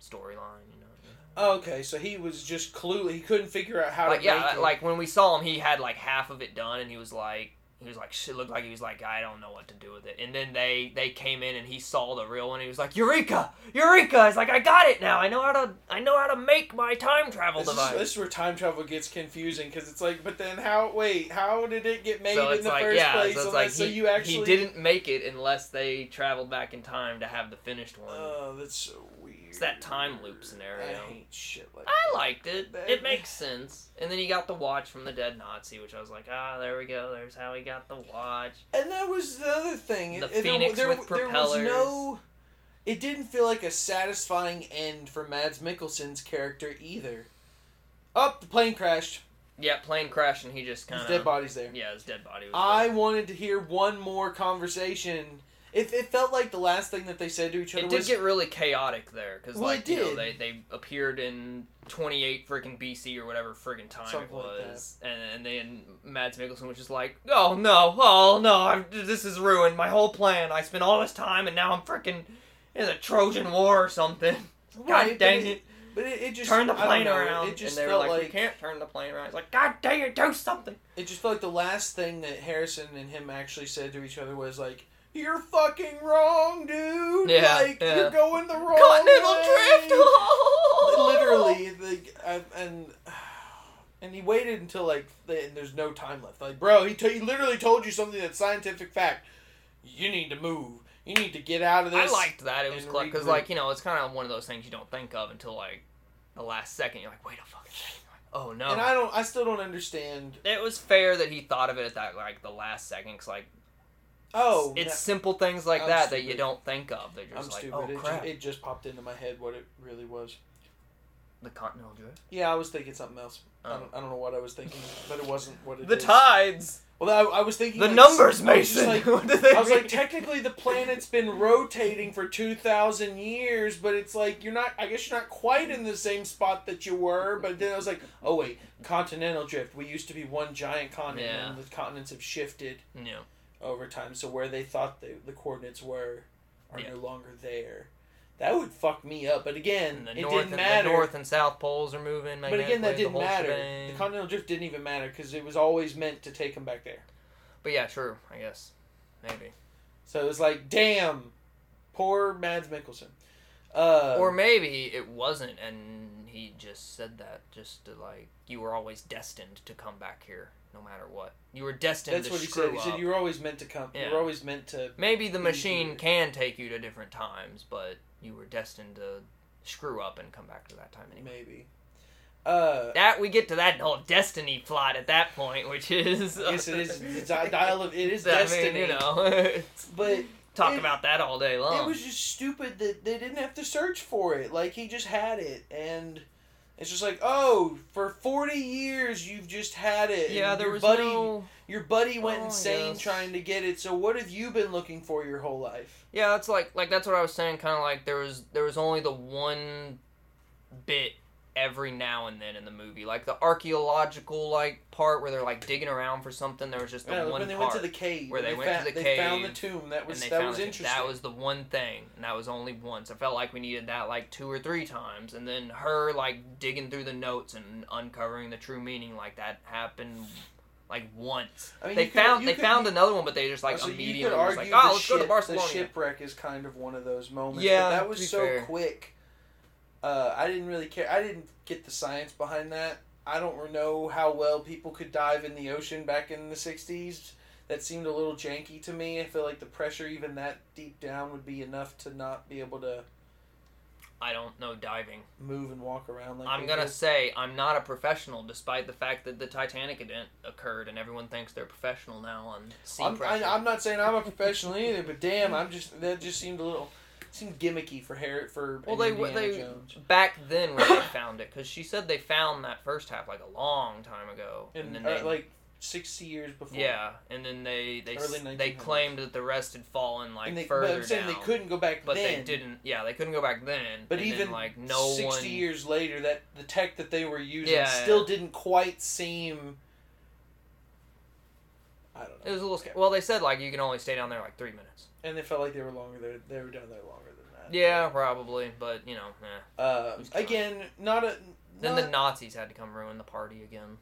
Speaker 2: storyline, you know.
Speaker 1: Oh, okay, so he was just clueless. He couldn't figure out how
Speaker 2: Like
Speaker 1: to
Speaker 2: yeah,
Speaker 1: make
Speaker 2: like,
Speaker 1: it.
Speaker 2: when we saw him, he had like half of it done, and he was like, he was like, shit, looked like he was like, I don't know what to do with it. And then they they came in, and he saw the real one. And he was like, Eureka, Eureka! He's like, I got it now. I know how to, I know how to make my time travel
Speaker 1: this, is,
Speaker 2: device.
Speaker 1: this is where time travel gets confusing because it's like, but then how? Wait, how did it get made
Speaker 2: so
Speaker 1: in
Speaker 2: it's
Speaker 1: the
Speaker 2: like,
Speaker 1: first
Speaker 2: yeah,
Speaker 1: place?
Speaker 2: so it's
Speaker 1: unless-
Speaker 2: like
Speaker 1: so
Speaker 2: he,
Speaker 1: you actually
Speaker 2: he didn't make it unless they traveled back in time to have the finished one.
Speaker 1: Oh, that's so weird.
Speaker 2: it's that time loop
Speaker 1: I
Speaker 2: scenario.
Speaker 1: hate shit like.
Speaker 2: I liked it.
Speaker 1: That- [LAUGHS]
Speaker 2: It makes sense. And then he got the watch from the dead Nazi, which I was like, ah, there we go. There's how he got the watch.
Speaker 1: And that was the other thing.
Speaker 2: The
Speaker 1: It- it- there-
Speaker 2: phoenix
Speaker 1: there,
Speaker 2: with
Speaker 1: there was
Speaker 2: propellers.
Speaker 1: no. It didn't feel like a satisfying end for Mads Mikkelsen's character either. Up, the plane crashed.
Speaker 2: Yeah, plane crashed and he just kind
Speaker 1: His
Speaker 2: of
Speaker 1: dead body's there.
Speaker 2: Yeah, his dead body. Was
Speaker 1: I wanted to hear one more conversation. It, it felt like the last thing that they said to each
Speaker 2: there.
Speaker 1: other
Speaker 2: It did
Speaker 1: was,
Speaker 2: get really chaotic there because
Speaker 1: Well,
Speaker 2: like
Speaker 1: it
Speaker 2: you know
Speaker 1: did.
Speaker 2: they they appeared in twenty eight freaking BC or whatever freaking time it
Speaker 1: Something like
Speaker 2: was, and and then Mads Mikkelsen was just like, oh no, oh no, I'm, this is ruined. My whole plan. I spent all this time and now I'm freaking in a Trojan war or something.
Speaker 1: Right,
Speaker 2: God
Speaker 1: but
Speaker 2: dang
Speaker 1: it-
Speaker 2: it.
Speaker 1: but it, it just
Speaker 2: turn the
Speaker 1: I don't
Speaker 2: plane
Speaker 1: know,
Speaker 2: around.
Speaker 1: It just
Speaker 2: and they were
Speaker 1: felt
Speaker 2: like, we
Speaker 1: like
Speaker 2: can't turn the plane around. It's like, God dang it, do something.
Speaker 1: it just felt like the last thing that Harrison and him actually said to each other was like, "You're fucking wrong, dude.
Speaker 2: Yeah,
Speaker 1: like
Speaker 2: yeah.
Speaker 1: you're going the wrong
Speaker 2: Continental
Speaker 1: way."
Speaker 2: drift. Literally.
Speaker 1: Oh,
Speaker 2: [LAUGHS]
Speaker 1: literally like I, and [SIGHS] and he waited until like the, and there's no time left like bro he, t- he literally told you something that's scientific fact you need to move you need to get out of
Speaker 2: I
Speaker 1: this
Speaker 2: liked that. It was
Speaker 1: and
Speaker 2: because,
Speaker 1: regroup.
Speaker 2: like, you know, it's kind of one of those things you don't think of until like the last second. You're like, wait a fucking second. You're like, oh no.
Speaker 1: and i don't i still don't understand
Speaker 2: it was fair that he thought of it at that like the last second, 'cause, like
Speaker 1: oh
Speaker 2: it's simple things like
Speaker 1: I'm
Speaker 2: that that you
Speaker 1: stupid.
Speaker 2: don't think of. They're
Speaker 1: no, i'm
Speaker 2: just like,
Speaker 1: stupid
Speaker 2: oh
Speaker 1: it, ju-
Speaker 2: crap,
Speaker 1: it just popped into my head what it really was
Speaker 2: the continental drift,
Speaker 1: yeah i was thinking something else I,
Speaker 2: Oh.
Speaker 1: don't, I don't know what i was thinking but it wasn't what it
Speaker 2: the
Speaker 1: is.
Speaker 2: tides,
Speaker 1: well I, I was thinking
Speaker 2: the
Speaker 1: like,
Speaker 2: numbers,
Speaker 1: I was just
Speaker 2: Mason.
Speaker 1: like,
Speaker 2: [LAUGHS] What do they
Speaker 1: I was
Speaker 2: mean?
Speaker 1: like, technically, the planet's been rotating for two thousand years, but it's like you're not. I guess you're not quite in the same spot that you were. But then I was like, oh wait, continental drift. We used to be one giant continent, and the continents have shifted
Speaker 2: no.
Speaker 1: over time. So where they thought the, the coordinates were are
Speaker 2: Yeah.
Speaker 1: no longer there. That would fuck me up. But again,
Speaker 2: And the
Speaker 1: it
Speaker 2: north
Speaker 1: didn't
Speaker 2: and
Speaker 1: matter.
Speaker 2: the north and south poles are moving.
Speaker 1: but again, that didn't matter.
Speaker 2: Shebang.
Speaker 1: The continental drift didn't even matter because it was always meant to take them back there.
Speaker 2: but yeah, true. I guess maybe.
Speaker 1: So it was like, damn, poor Mads Mikkelsen. Uh,
Speaker 2: or maybe it wasn't, and he just said that just to like you were always destined to come back here, no matter what. You were destined
Speaker 1: that's
Speaker 2: to
Speaker 1: what he
Speaker 2: screw
Speaker 1: said. He
Speaker 2: up.
Speaker 1: said you were always meant to come. You
Speaker 2: Yeah.
Speaker 1: were always meant to.
Speaker 2: maybe the
Speaker 1: He's
Speaker 2: machine
Speaker 1: weird.
Speaker 2: can take you to different times, but you were destined to screw up and come back to that time anyway.
Speaker 1: Maybe. Uh,
Speaker 2: That we get to that whole destiny plot at that point, which is
Speaker 1: yes, it
Speaker 2: [LAUGHS]
Speaker 1: is. It's a dial of it is
Speaker 2: I mean,
Speaker 1: destiny.
Speaker 2: you know, [LAUGHS]
Speaker 1: But
Speaker 2: talk
Speaker 1: it-
Speaker 2: about that all day long.
Speaker 1: it was just stupid that they didn't have to search for it. Like he just had it, and it's just like, oh, for forty years you've just had it.
Speaker 2: yeah,
Speaker 1: and
Speaker 2: there
Speaker 1: your
Speaker 2: was
Speaker 1: buddy,
Speaker 2: no.
Speaker 1: Your buddy went
Speaker 2: Oh, I
Speaker 1: insane
Speaker 2: guess.
Speaker 1: trying to get it. So what have you been looking for your whole life?
Speaker 2: Yeah, that's like like that's what I was saying. Kind of like there was there was only the one bit every now and then in the movie, like the archaeological like part where they're like digging around for something. There was just the
Speaker 1: Yeah,
Speaker 2: one
Speaker 1: Uh, when they
Speaker 2: part
Speaker 1: went to the cave,
Speaker 2: where
Speaker 1: and
Speaker 2: they went
Speaker 1: fa-
Speaker 2: to the
Speaker 1: they found the
Speaker 2: cave,
Speaker 1: tomb. That was
Speaker 2: and they
Speaker 1: that
Speaker 2: found
Speaker 1: was
Speaker 2: it.
Speaker 1: interesting.
Speaker 2: That was the one thing, and that was only once. I felt like we needed that like two or three times, and then her like digging through the notes and uncovering the true meaning, like that happened like once.
Speaker 1: I mean,
Speaker 2: they
Speaker 1: you could-
Speaker 2: found
Speaker 1: you
Speaker 2: they
Speaker 1: could-
Speaker 2: found another one, but they just like
Speaker 1: So
Speaker 2: immediately
Speaker 1: you could
Speaker 2: was
Speaker 1: argue
Speaker 2: like, oh,
Speaker 1: the
Speaker 2: let's
Speaker 1: ship,
Speaker 2: go to Barcelona.
Speaker 1: The shipwreck is kind of one of those moments.
Speaker 2: Yeah,
Speaker 1: but that
Speaker 2: to be
Speaker 1: was so
Speaker 2: fair.
Speaker 1: quick. Uh, I didn't really care. I didn't get the science behind that. I don't know how well people could dive in the ocean back in the '60s. That seemed a little janky to me. I feel like the pressure, even that deep down, would be enough to not be able to
Speaker 2: I don't know diving.
Speaker 1: move and walk around. Like
Speaker 2: I'm
Speaker 1: they
Speaker 2: gonna
Speaker 1: did.
Speaker 2: say I'm not a professional, despite the fact that the Titanic event occurred and everyone thinks they're professional now on sea
Speaker 1: I'm,
Speaker 2: pressure.
Speaker 1: I, I'm not saying I'm a professional either, but damn, I'm just that just seemed a little seemed gimmicky for Harriet for
Speaker 2: well, they
Speaker 1: Indiana
Speaker 2: they
Speaker 1: Jones.
Speaker 2: back then when they [COUGHS] found it, because she said they found that first half like a long time ago,
Speaker 1: and,
Speaker 2: then
Speaker 1: uh,
Speaker 2: they
Speaker 1: like sixty years before.
Speaker 2: yeah, and then they they
Speaker 1: Early
Speaker 2: s-
Speaker 1: 1900s.
Speaker 2: they claimed that the rest had fallen like
Speaker 1: and they,
Speaker 2: further
Speaker 1: but I'm saying
Speaker 2: down,
Speaker 1: they couldn't go back
Speaker 2: but
Speaker 1: then.
Speaker 2: they didn't. Yeah, they couldn't go back then.
Speaker 1: But
Speaker 2: and then,
Speaker 1: even
Speaker 2: like no
Speaker 1: sixty
Speaker 2: one
Speaker 1: years later, that the tech that they were using
Speaker 2: Yeah,
Speaker 1: still
Speaker 2: yeah.
Speaker 1: didn't quite seem. I don't
Speaker 2: It
Speaker 1: know,
Speaker 2: was a little sc- well. They said like you can only stay down there like three minutes.
Speaker 1: and they felt like they were longer. They they were down there longer than that. that.
Speaker 2: Yeah, probably, but you know, eh.
Speaker 1: Uh,
Speaker 2: Who's counting?
Speaker 1: again, not a.
Speaker 2: then
Speaker 1: not-
Speaker 2: the Nazis had to come ruin the party again.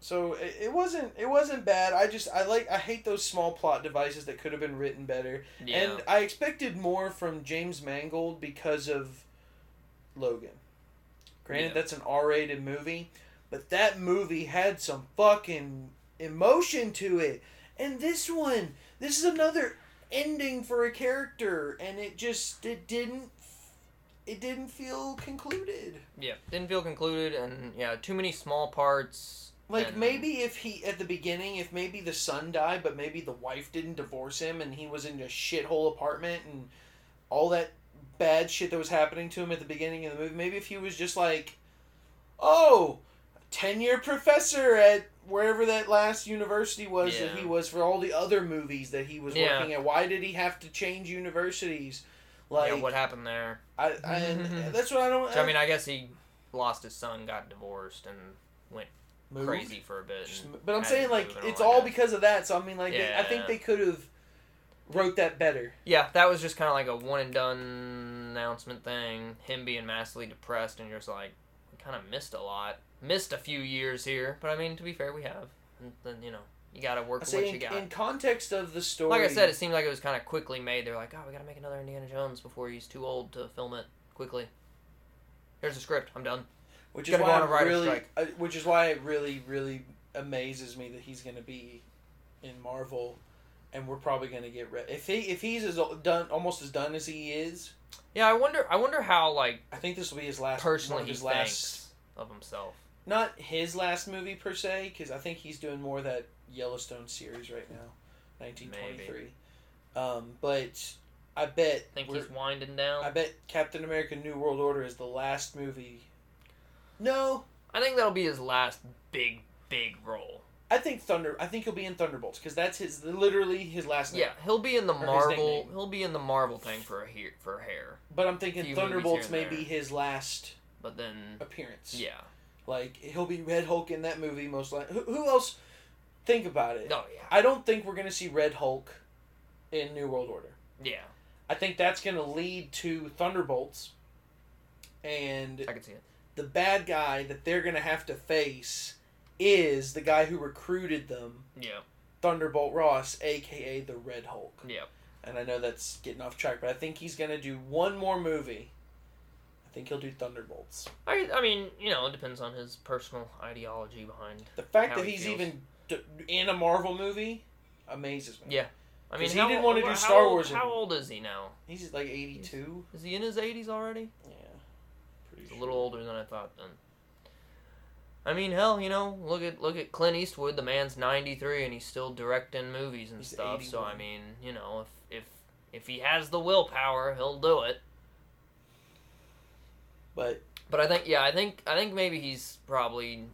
Speaker 1: So it, it wasn't it wasn't bad. I just I like I hate those small plot devices that could have been written better.
Speaker 2: Yeah,
Speaker 1: And I expected more from James Mangold because of Logan. Granted,
Speaker 2: Yeah.
Speaker 1: that's an R-rated movie, but that movie had some fucking emotion to it. And this one, this is another ending for a character, and it just it didn't it didn't feel concluded.
Speaker 2: yeah, didn't feel concluded, and yeah, too many small parts.
Speaker 1: Like
Speaker 2: and-
Speaker 1: maybe if he at the beginning, if maybe the son died, but maybe the wife didn't divorce him, and he was in a shithole apartment, and all that bad shit that was happening to him at the beginning of the movie. Maybe if he was just like, oh, ten year professor at wherever that last university was
Speaker 2: Yeah.
Speaker 1: that he was for all the other movies that he was
Speaker 2: Yeah.
Speaker 1: working at. Why did he have to change universities? Like uh,
Speaker 2: yeah, what happened there? [LAUGHS]
Speaker 1: I, I and that's what I don't.
Speaker 2: So, I mean, I guess he lost his son, got divorced, and
Speaker 1: moved.
Speaker 2: crazy for a bit.
Speaker 1: Just-
Speaker 2: and
Speaker 1: But I'm
Speaker 2: had
Speaker 1: saying
Speaker 2: to
Speaker 1: like
Speaker 2: move and
Speaker 1: it's
Speaker 2: that.
Speaker 1: all because of that. So I mean like they, I think
Speaker 2: Yeah.
Speaker 1: they could have wrote that better.
Speaker 2: Yeah, that was just kind of like a one and done announcement thing. Him being massively depressed, and you're just like, we kind of missed a lot, missed a few years here. But I mean, to be fair, we have. And then you know, you gotta work
Speaker 1: I
Speaker 2: with what
Speaker 1: say
Speaker 2: you
Speaker 1: in,
Speaker 2: got.
Speaker 1: in context of the story.
Speaker 2: like I said, it seemed like it was kind of quickly made. They're like, oh, we gotta make another Indiana Jones before he's too old to film it quickly. Here's the script. I'm done.
Speaker 1: which is
Speaker 2: gotta go
Speaker 1: why
Speaker 2: on a
Speaker 1: I'm
Speaker 2: writer's
Speaker 1: really,
Speaker 2: strike.
Speaker 1: uh, which is why it really really amazes me that he's going to be in Marvel, and we're probably going to get re- if he if he's as o- done almost as done as he is.
Speaker 2: Yeah, I wonder. I wonder how like
Speaker 1: I think this will be his last one
Speaker 2: personally
Speaker 1: of
Speaker 2: he
Speaker 1: his
Speaker 2: thinks
Speaker 1: last
Speaker 2: of himself.
Speaker 1: not his last movie per se, because I think he's doing more of that Yellowstone series right now, nineteen twenty three. Um, but I bet
Speaker 2: Think
Speaker 1: we're-
Speaker 2: he's winding down.
Speaker 1: I bet Captain America: New World Order is the last movie. No,
Speaker 2: I think that'll be his last big big role.
Speaker 1: I think Thunder. I think he'll be in Thunderbolts because that's his literally his last. name.
Speaker 2: Yeah, he'll be in the
Speaker 1: his
Speaker 2: Marvel.
Speaker 1: nickname.
Speaker 2: He'll be in the Marvel thing for a hair, for hair.
Speaker 1: But I'm thinking
Speaker 2: Few movies
Speaker 1: Thunderbolts
Speaker 2: here
Speaker 1: may
Speaker 2: and
Speaker 1: be his last
Speaker 2: But then,
Speaker 1: appearance.
Speaker 2: yeah,
Speaker 1: Like he'll be Red Hulk in that movie most likely. Who, who else? Think about it.
Speaker 2: oh yeah,
Speaker 1: I don't think we're gonna see Red Hulk in New World Order.
Speaker 2: yeah,
Speaker 1: I think that's going to lead to Thunderbolts and
Speaker 2: I can see it.
Speaker 1: the bad guy that they're going to have to face is the guy who recruited them,
Speaker 2: Yeah,
Speaker 1: Thunderbolt Ross, aka the Red Hulk.
Speaker 2: yeah,
Speaker 1: And I know that's getting off track, but I think he's going to do one more movie. I think he'll do Thunderbolts.
Speaker 2: I, I mean, you know, it depends on his personal ideology behind.
Speaker 1: The fact
Speaker 2: How
Speaker 1: that
Speaker 2: he
Speaker 1: he's
Speaker 2: feels.
Speaker 1: even d- in a Marvel movie amazes me.
Speaker 2: Yeah. I mean,
Speaker 1: 'Cause he
Speaker 2: how-
Speaker 1: didn't wanna do
Speaker 2: how
Speaker 1: Star
Speaker 2: old-
Speaker 1: Wars
Speaker 2: How
Speaker 1: anymore.
Speaker 2: old is he now?
Speaker 1: He's like 82.
Speaker 2: Is he in his eighties already?
Speaker 1: Yeah. Pretty
Speaker 2: He's a
Speaker 1: sure.
Speaker 2: little older than I thought. Then. I mean, hell, you know, look at look at Clint Eastwood. The man's ninety three and he's still directing movies and
Speaker 1: He's
Speaker 2: stuff. So I
Speaker 1: 81.
Speaker 2: mean, you know, if if if he has the willpower, he'll do it.
Speaker 1: But
Speaker 2: But I think yeah, I think I think maybe he's probably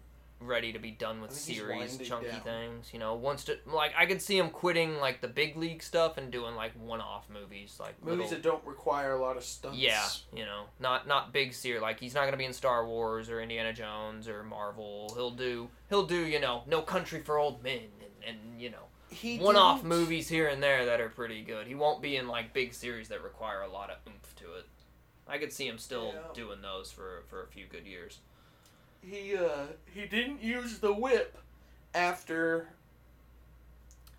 Speaker 2: ready to be done with
Speaker 1: I think he's
Speaker 2: series
Speaker 1: winding
Speaker 2: chunky
Speaker 1: down.
Speaker 2: things. You know, once to like I could see him quitting like the big league stuff and doing like one off movies like
Speaker 1: movies
Speaker 2: little-
Speaker 1: that don't require a lot of stunts.
Speaker 2: yeah, you know, not not big series. Like he's not gonna be in Star Wars or Indiana Jones or Marvel. He'll do he'll do you know No Country for Old Men and, and you know
Speaker 1: He
Speaker 2: one off
Speaker 1: didn't-
Speaker 2: movies here and there that are pretty good. He won't be in like big series that require a lot of oomph to it. I could see him still
Speaker 1: Yeah.
Speaker 2: doing those for for a few good years.
Speaker 1: he uh he didn't use the whip after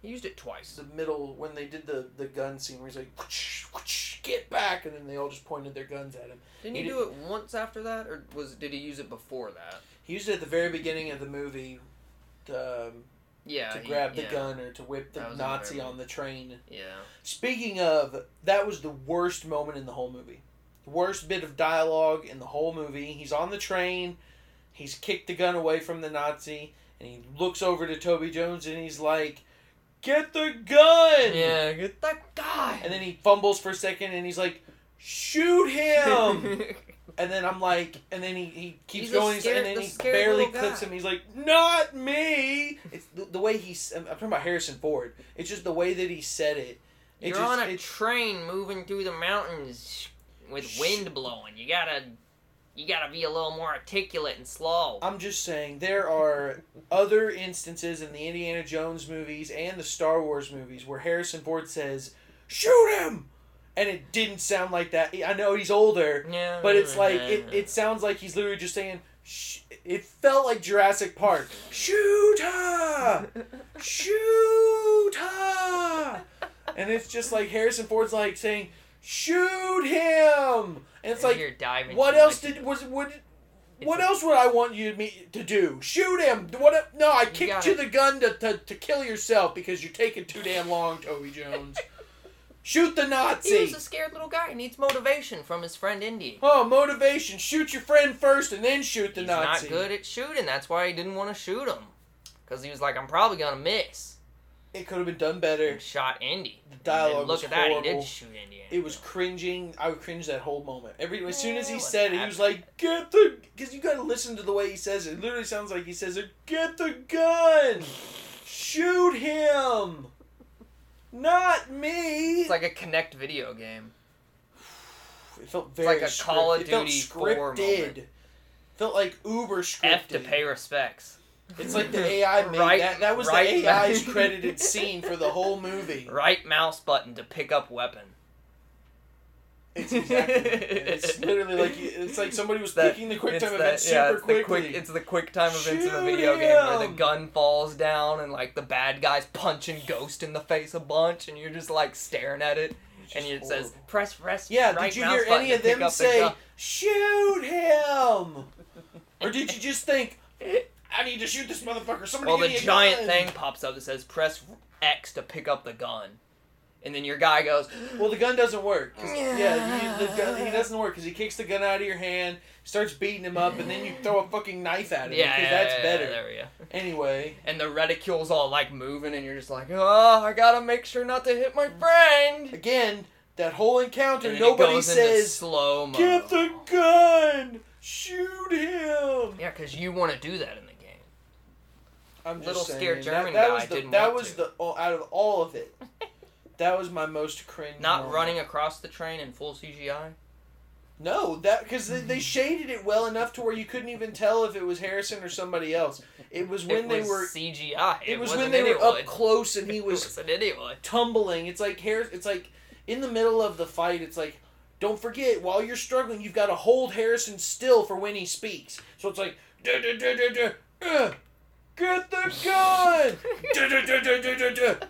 Speaker 2: He used it twice.
Speaker 1: the middle when they did the the gun scene where he's like "Whoosh, whoosh, get back and then they all just pointed their guns at him
Speaker 2: Didn't
Speaker 1: He
Speaker 2: he, do it once after that, or was did he use it before that?
Speaker 1: he used it at the very beginning of the movie um, to, um,
Speaker 2: Yeah,
Speaker 1: to
Speaker 2: Uh, he-
Speaker 1: grab the
Speaker 2: yeah,
Speaker 1: gun or to whip the
Speaker 2: That was in the
Speaker 1: nazi
Speaker 2: very-
Speaker 1: on the train
Speaker 2: Yeah, [LAUGHS]
Speaker 1: speaking of that was the worst moment in the whole movie the worst bit of dialogue in the whole movie he's on the train he's kicked the gun away from the nazi and he looks over to toby jones and he's like get the gun
Speaker 2: yeah, get that guy.
Speaker 1: And then he fumbles for a second and he's like, shoot
Speaker 2: [LAUGHS]
Speaker 1: him! and then I'm like, and then he, he keeps
Speaker 2: He's a
Speaker 1: going
Speaker 2: scared-
Speaker 1: and
Speaker 2: the
Speaker 1: then he
Speaker 2: scared
Speaker 1: barely
Speaker 2: little
Speaker 1: clips
Speaker 2: guy.
Speaker 1: him. He's like, not me! It's the, the way he's, I'm, I'm talking about Harrison Ford. It's just the way that he said it. it
Speaker 2: You're
Speaker 1: just,
Speaker 2: on a
Speaker 1: it-
Speaker 2: train moving through the mountains with
Speaker 1: Shh.
Speaker 2: wind blowing. You gotta, you gotta be a little more articulate and slow.
Speaker 1: I'm just saying, there are other instances in the Indiana Jones movies and the Star Wars movies where Harrison Ford says, shoot him! and it didn't sound like that. I know he's older,
Speaker 2: Yeah.
Speaker 1: but it's like
Speaker 2: [LAUGHS]
Speaker 1: it,
Speaker 2: Mm-hmm.
Speaker 1: it sounds like he's literally just saying. Sh-. It felt like Jurassic Park. Shoot her! Shoot her! And it's just like Harrison Ford's like saying, "Shoot him!" And it's like,
Speaker 2: you're diving.
Speaker 1: what
Speaker 2: too
Speaker 1: else
Speaker 2: much
Speaker 1: did
Speaker 2: into
Speaker 1: was would?
Speaker 2: It's
Speaker 1: What
Speaker 2: a-
Speaker 1: else would I want you to me to do? Shoot him! What? if- No, I kicked
Speaker 2: got
Speaker 1: you
Speaker 2: it.
Speaker 1: the gun to, to, to kill yourself because you're taking too damn long, Toby
Speaker 2: [LAUGHS]
Speaker 1: Jones. Shoot the
Speaker 2: it.
Speaker 1: Nazi!
Speaker 2: He was a scared little guy. He needs motivation from his friend Indy.
Speaker 1: Oh, motivation! Shoot your friend first, and then shoot the
Speaker 2: He's
Speaker 1: Nazi.
Speaker 2: not good at shooting. That's why he didn't want to shoot him. Because he was like, I'm probably going to miss.
Speaker 1: It could have been done better.
Speaker 2: And shot Indy.
Speaker 1: The
Speaker 2: And then
Speaker 1: dialogue
Speaker 2: look
Speaker 1: was
Speaker 2: at that. He
Speaker 1: horrible.
Speaker 2: did shoot Indy.
Speaker 1: It was cringing. I would cringe that whole moment. Every as soon as
Speaker 2: Yeah,
Speaker 1: he
Speaker 2: what's
Speaker 1: said it, he was
Speaker 2: happening?
Speaker 1: like, "Get the," because you gotta listen to the way he says it. It literally sounds like he says it. Get the gun, shoot him, not me.
Speaker 2: It's like a Connect video game.
Speaker 1: it felt
Speaker 2: it's
Speaker 1: very
Speaker 2: like a
Speaker 1: script-
Speaker 2: Call of
Speaker 1: it felt
Speaker 2: Duty 4
Speaker 1: scripted.
Speaker 2: moment.
Speaker 1: Felt like uber scripted.
Speaker 2: F to pay respects.
Speaker 1: It's like the AI made
Speaker 2: Right-
Speaker 1: that. That was
Speaker 2: right
Speaker 1: the
Speaker 2: [LAUGHS]
Speaker 1: AI's
Speaker 2: back.
Speaker 1: credited scene for the whole movie.
Speaker 2: Right mouse button to pick up weapon.
Speaker 1: It's exactly. It's literally like it's like somebody was picking the quick
Speaker 2: it's
Speaker 1: time
Speaker 2: that-
Speaker 1: event super
Speaker 2: yeah, it's
Speaker 1: quickly.
Speaker 2: The quick, it's the quick time events of a
Speaker 1: Shoot
Speaker 2: video game where the
Speaker 1: him!
Speaker 2: gun falls down and like the bad guys punching Ghost in the face a bunch, and you're just like staring at it,
Speaker 1: It's
Speaker 2: and
Speaker 1: just
Speaker 2: it says
Speaker 1: horrible.
Speaker 2: press press.
Speaker 1: Yeah,
Speaker 2: right
Speaker 1: did you
Speaker 2: mouse
Speaker 1: hear
Speaker 2: button
Speaker 1: any
Speaker 2: to
Speaker 1: of
Speaker 2: pick
Speaker 1: them
Speaker 2: up the
Speaker 1: say,
Speaker 2: gun."
Speaker 1: shoot him?
Speaker 2: [LAUGHS]
Speaker 1: Or did you just think, I need to shoot this motherfucker? Somebody
Speaker 2: Well,
Speaker 1: give
Speaker 2: the
Speaker 1: me a
Speaker 2: giant
Speaker 1: gun."
Speaker 2: thing pops up that says press X to pick up the gun, and then your guy goes,
Speaker 1: Well, the gun doesn't work. 'cause-
Speaker 2: Yeah.
Speaker 1: yeah, he, the gun, he doesn't work because he kicks the gun out of your hand, starts beating him up, and then you throw a fucking knife at
Speaker 2: "Yeah,
Speaker 1: him
Speaker 2: yeah,
Speaker 1: because that's
Speaker 2: yeah,
Speaker 1: better.
Speaker 2: There we go.
Speaker 1: Anyway,
Speaker 2: And the reticule's all like moving, and you're just like, oh, I gotta make sure not to hit my friend.
Speaker 1: again, that whole encounter,
Speaker 2: And then it
Speaker 1: nobody
Speaker 2: goes into
Speaker 1: says,
Speaker 2: slow mo.
Speaker 1: get the gun, shoot him.
Speaker 2: Yeah, because you want to do that in the game.
Speaker 1: I'm just
Speaker 2: Little
Speaker 1: saying,
Speaker 2: scared German
Speaker 1: that, that
Speaker 2: guy
Speaker 1: was the,
Speaker 2: didn't
Speaker 1: that
Speaker 2: want
Speaker 1: was
Speaker 2: to.
Speaker 1: the oh, out of all of
Speaker 2: [LAUGHS]
Speaker 1: it. That was my most cringe.
Speaker 2: Not
Speaker 1: moment.
Speaker 2: running across the train in full CGI.
Speaker 1: No, that because they, they shaded it well enough to where you couldn't even tell if it was Harrison or somebody else. It was when
Speaker 2: it
Speaker 1: they
Speaker 2: was
Speaker 1: were.
Speaker 2: CGI.
Speaker 1: It, was
Speaker 2: wasn't
Speaker 1: when they were
Speaker 2: anyone.
Speaker 1: up close and he
Speaker 2: It
Speaker 1: was
Speaker 2: wasn't E anyone.
Speaker 1: tumbling. It's like Harris. It's like in the middle of the fight. It's like don't forget while you're struggling, you've got to hold Harrison still for when he speaks. So it's like duh, duh, duh, duh, duh, uh, get the
Speaker 2: [LAUGHS]
Speaker 1: gun, Duh, duh, duh, duh, duh, duh, duh.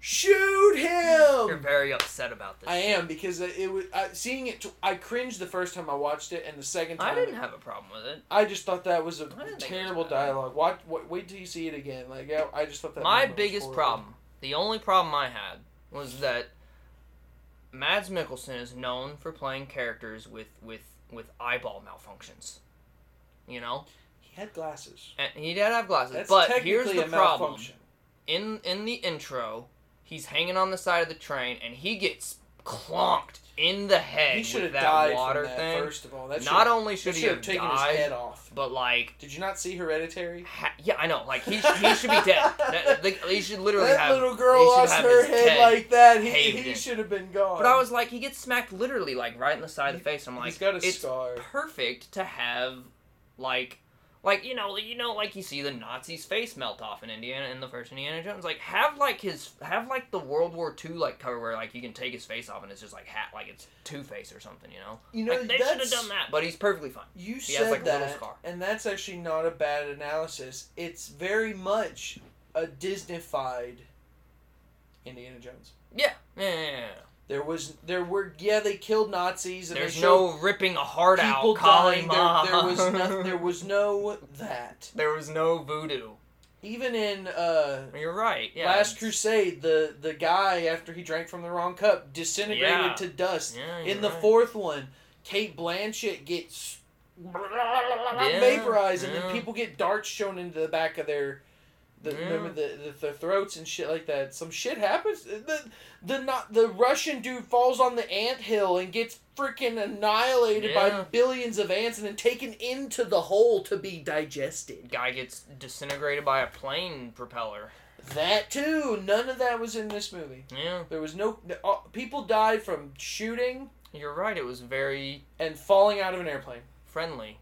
Speaker 1: shoot him.
Speaker 2: You're very upset about this.
Speaker 1: um, I am because it it was I, seeing it. T- I cringed the first time I watched it, and the second time
Speaker 2: I didn't have a problem with it.
Speaker 1: I just thought that was a
Speaker 2: think it was
Speaker 1: terrible
Speaker 2: bad.
Speaker 1: dialogue. Watch, wait, wait till you see it again. Like I, I just thought that.
Speaker 2: My
Speaker 1: moment was
Speaker 2: biggest
Speaker 1: horrible.
Speaker 2: problem, the only problem I had, was that Mads Mikkelsen is known for playing characters with with with eyeball malfunctions. You know,
Speaker 1: He had glasses.
Speaker 2: and he did have glasses,
Speaker 1: That's
Speaker 2: but
Speaker 1: technically
Speaker 2: here's the
Speaker 1: a
Speaker 2: problem.
Speaker 1: malfunction.
Speaker 2: in in the intro, he's hanging on the side of the train and he gets clonked in the head
Speaker 1: He should
Speaker 2: with
Speaker 1: have
Speaker 2: that
Speaker 1: died
Speaker 2: water
Speaker 1: from that.
Speaker 2: thing.
Speaker 1: First of all, that
Speaker 2: Not
Speaker 1: should-
Speaker 2: only
Speaker 1: that
Speaker 2: should he
Speaker 1: should
Speaker 2: have
Speaker 1: have taken
Speaker 2: died,
Speaker 1: his head off.
Speaker 2: but like,
Speaker 1: Did you not see Hereditary?
Speaker 2: ha- yeah, I know, like he, sh- he should be
Speaker 1: [LAUGHS]
Speaker 2: dead. That, like, he should literally
Speaker 1: that
Speaker 2: have.
Speaker 1: little
Speaker 2: he
Speaker 1: girl
Speaker 2: should
Speaker 1: lost
Speaker 2: have
Speaker 1: her
Speaker 2: his
Speaker 1: head
Speaker 2: head
Speaker 1: like that. He,
Speaker 2: caved
Speaker 1: he
Speaker 2: in.
Speaker 1: should have been gone.
Speaker 2: But I was like, he gets smacked literally like right in the side of the face. I'm like,
Speaker 1: he's got a
Speaker 2: it's
Speaker 1: scar.
Speaker 2: perfect to have like like you know you know like you see the Nazi's face melt off in Indiana in the first Indiana Jones like have like his have like the World War II like cover where like you can take his face off and it's just like hat like it's Two Face or something you know
Speaker 1: You know
Speaker 2: like, they should have
Speaker 1: that's
Speaker 2: done that but he's perfectly fine
Speaker 1: You
Speaker 2: He
Speaker 1: said
Speaker 2: has, like, a
Speaker 1: that,
Speaker 2: little scar.
Speaker 1: and that's actually not a bad analysis. It's very much a Disneyfied Indiana Jones.
Speaker 2: yeah yeah, yeah, yeah.
Speaker 1: There was, there were, yeah, they killed Nazis, and
Speaker 2: there's
Speaker 1: they showed
Speaker 2: no ripping a heart out
Speaker 1: people
Speaker 2: calling
Speaker 1: dying. There, there
Speaker 2: mom.
Speaker 1: was, no,
Speaker 2: [LAUGHS]
Speaker 1: there was no that.
Speaker 2: There was no voodoo
Speaker 1: Even in uh,
Speaker 2: you're right yeah
Speaker 1: Last Crusade, the the guy after he drank from the wrong cup disintegrated
Speaker 2: Yeah.
Speaker 1: to dust.
Speaker 2: Yeah, you're
Speaker 1: in the
Speaker 2: right.
Speaker 1: fourth one, Kate Blanchett gets
Speaker 2: Yeah,
Speaker 1: vaporized, and
Speaker 2: yeah.
Speaker 1: then people get darts shown into the back of their, the,
Speaker 2: Yeah.
Speaker 1: remember the, the their throats and shit like that. Some shit happens. The the not the Russian dude falls on the ant hill and gets freaking annihilated by
Speaker 2: Yeah.
Speaker 1: billions of ants, and then taken into the hole to be digested.
Speaker 2: guy gets disintegrated by a plane propeller
Speaker 1: That too. None of that was in this movie.
Speaker 2: yeah
Speaker 1: There was no uh, people died from shooting
Speaker 2: You're right. It was very
Speaker 1: and falling out of an airplane.
Speaker 2: friendly.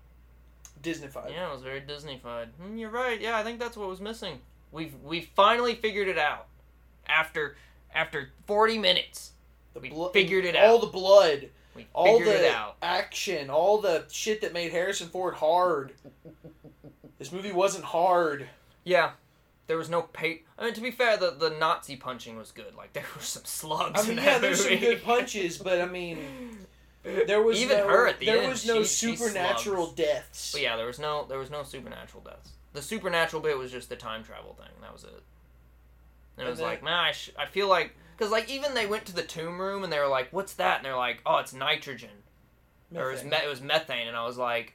Speaker 1: Disneyfied.
Speaker 2: Yeah, it was very Disneyfied. Mm, you're right. Yeah, I think that's what was missing. We've we finally figured it out after after 40 minutes
Speaker 1: The
Speaker 2: We
Speaker 1: blo-
Speaker 2: figured it
Speaker 1: All
Speaker 2: out.
Speaker 1: the blood,
Speaker 2: We figured
Speaker 1: all
Speaker 2: it
Speaker 1: the
Speaker 2: out.
Speaker 1: action, all the shit that made Harrison Ford hard. this movie wasn't hard.
Speaker 2: Yeah. There was no pay. I mean, to be fair, the, the Nazi punching was good. Like [LAUGHS] there were some slugs.
Speaker 1: I mean, yeah,
Speaker 2: in that
Speaker 1: there's some
Speaker 2: movie. [LAUGHS]
Speaker 1: good punches, but I mean, there was
Speaker 2: Even
Speaker 1: no,
Speaker 2: her at the
Speaker 1: there
Speaker 2: end,
Speaker 1: was no
Speaker 2: she- she
Speaker 1: supernatural
Speaker 2: slugs.
Speaker 1: deaths.
Speaker 2: But yeah, there was no there was no supernatural deaths. The supernatural bit was just the time travel thing. That was it. And
Speaker 1: And
Speaker 2: it was
Speaker 1: then-
Speaker 2: like, man, I, sh- I feel like because like even they went to the tomb room and they were like, what's that? And they're like, oh, it's nitrogen or it was,
Speaker 1: Nothing.
Speaker 2: me- it was methane. And I was like,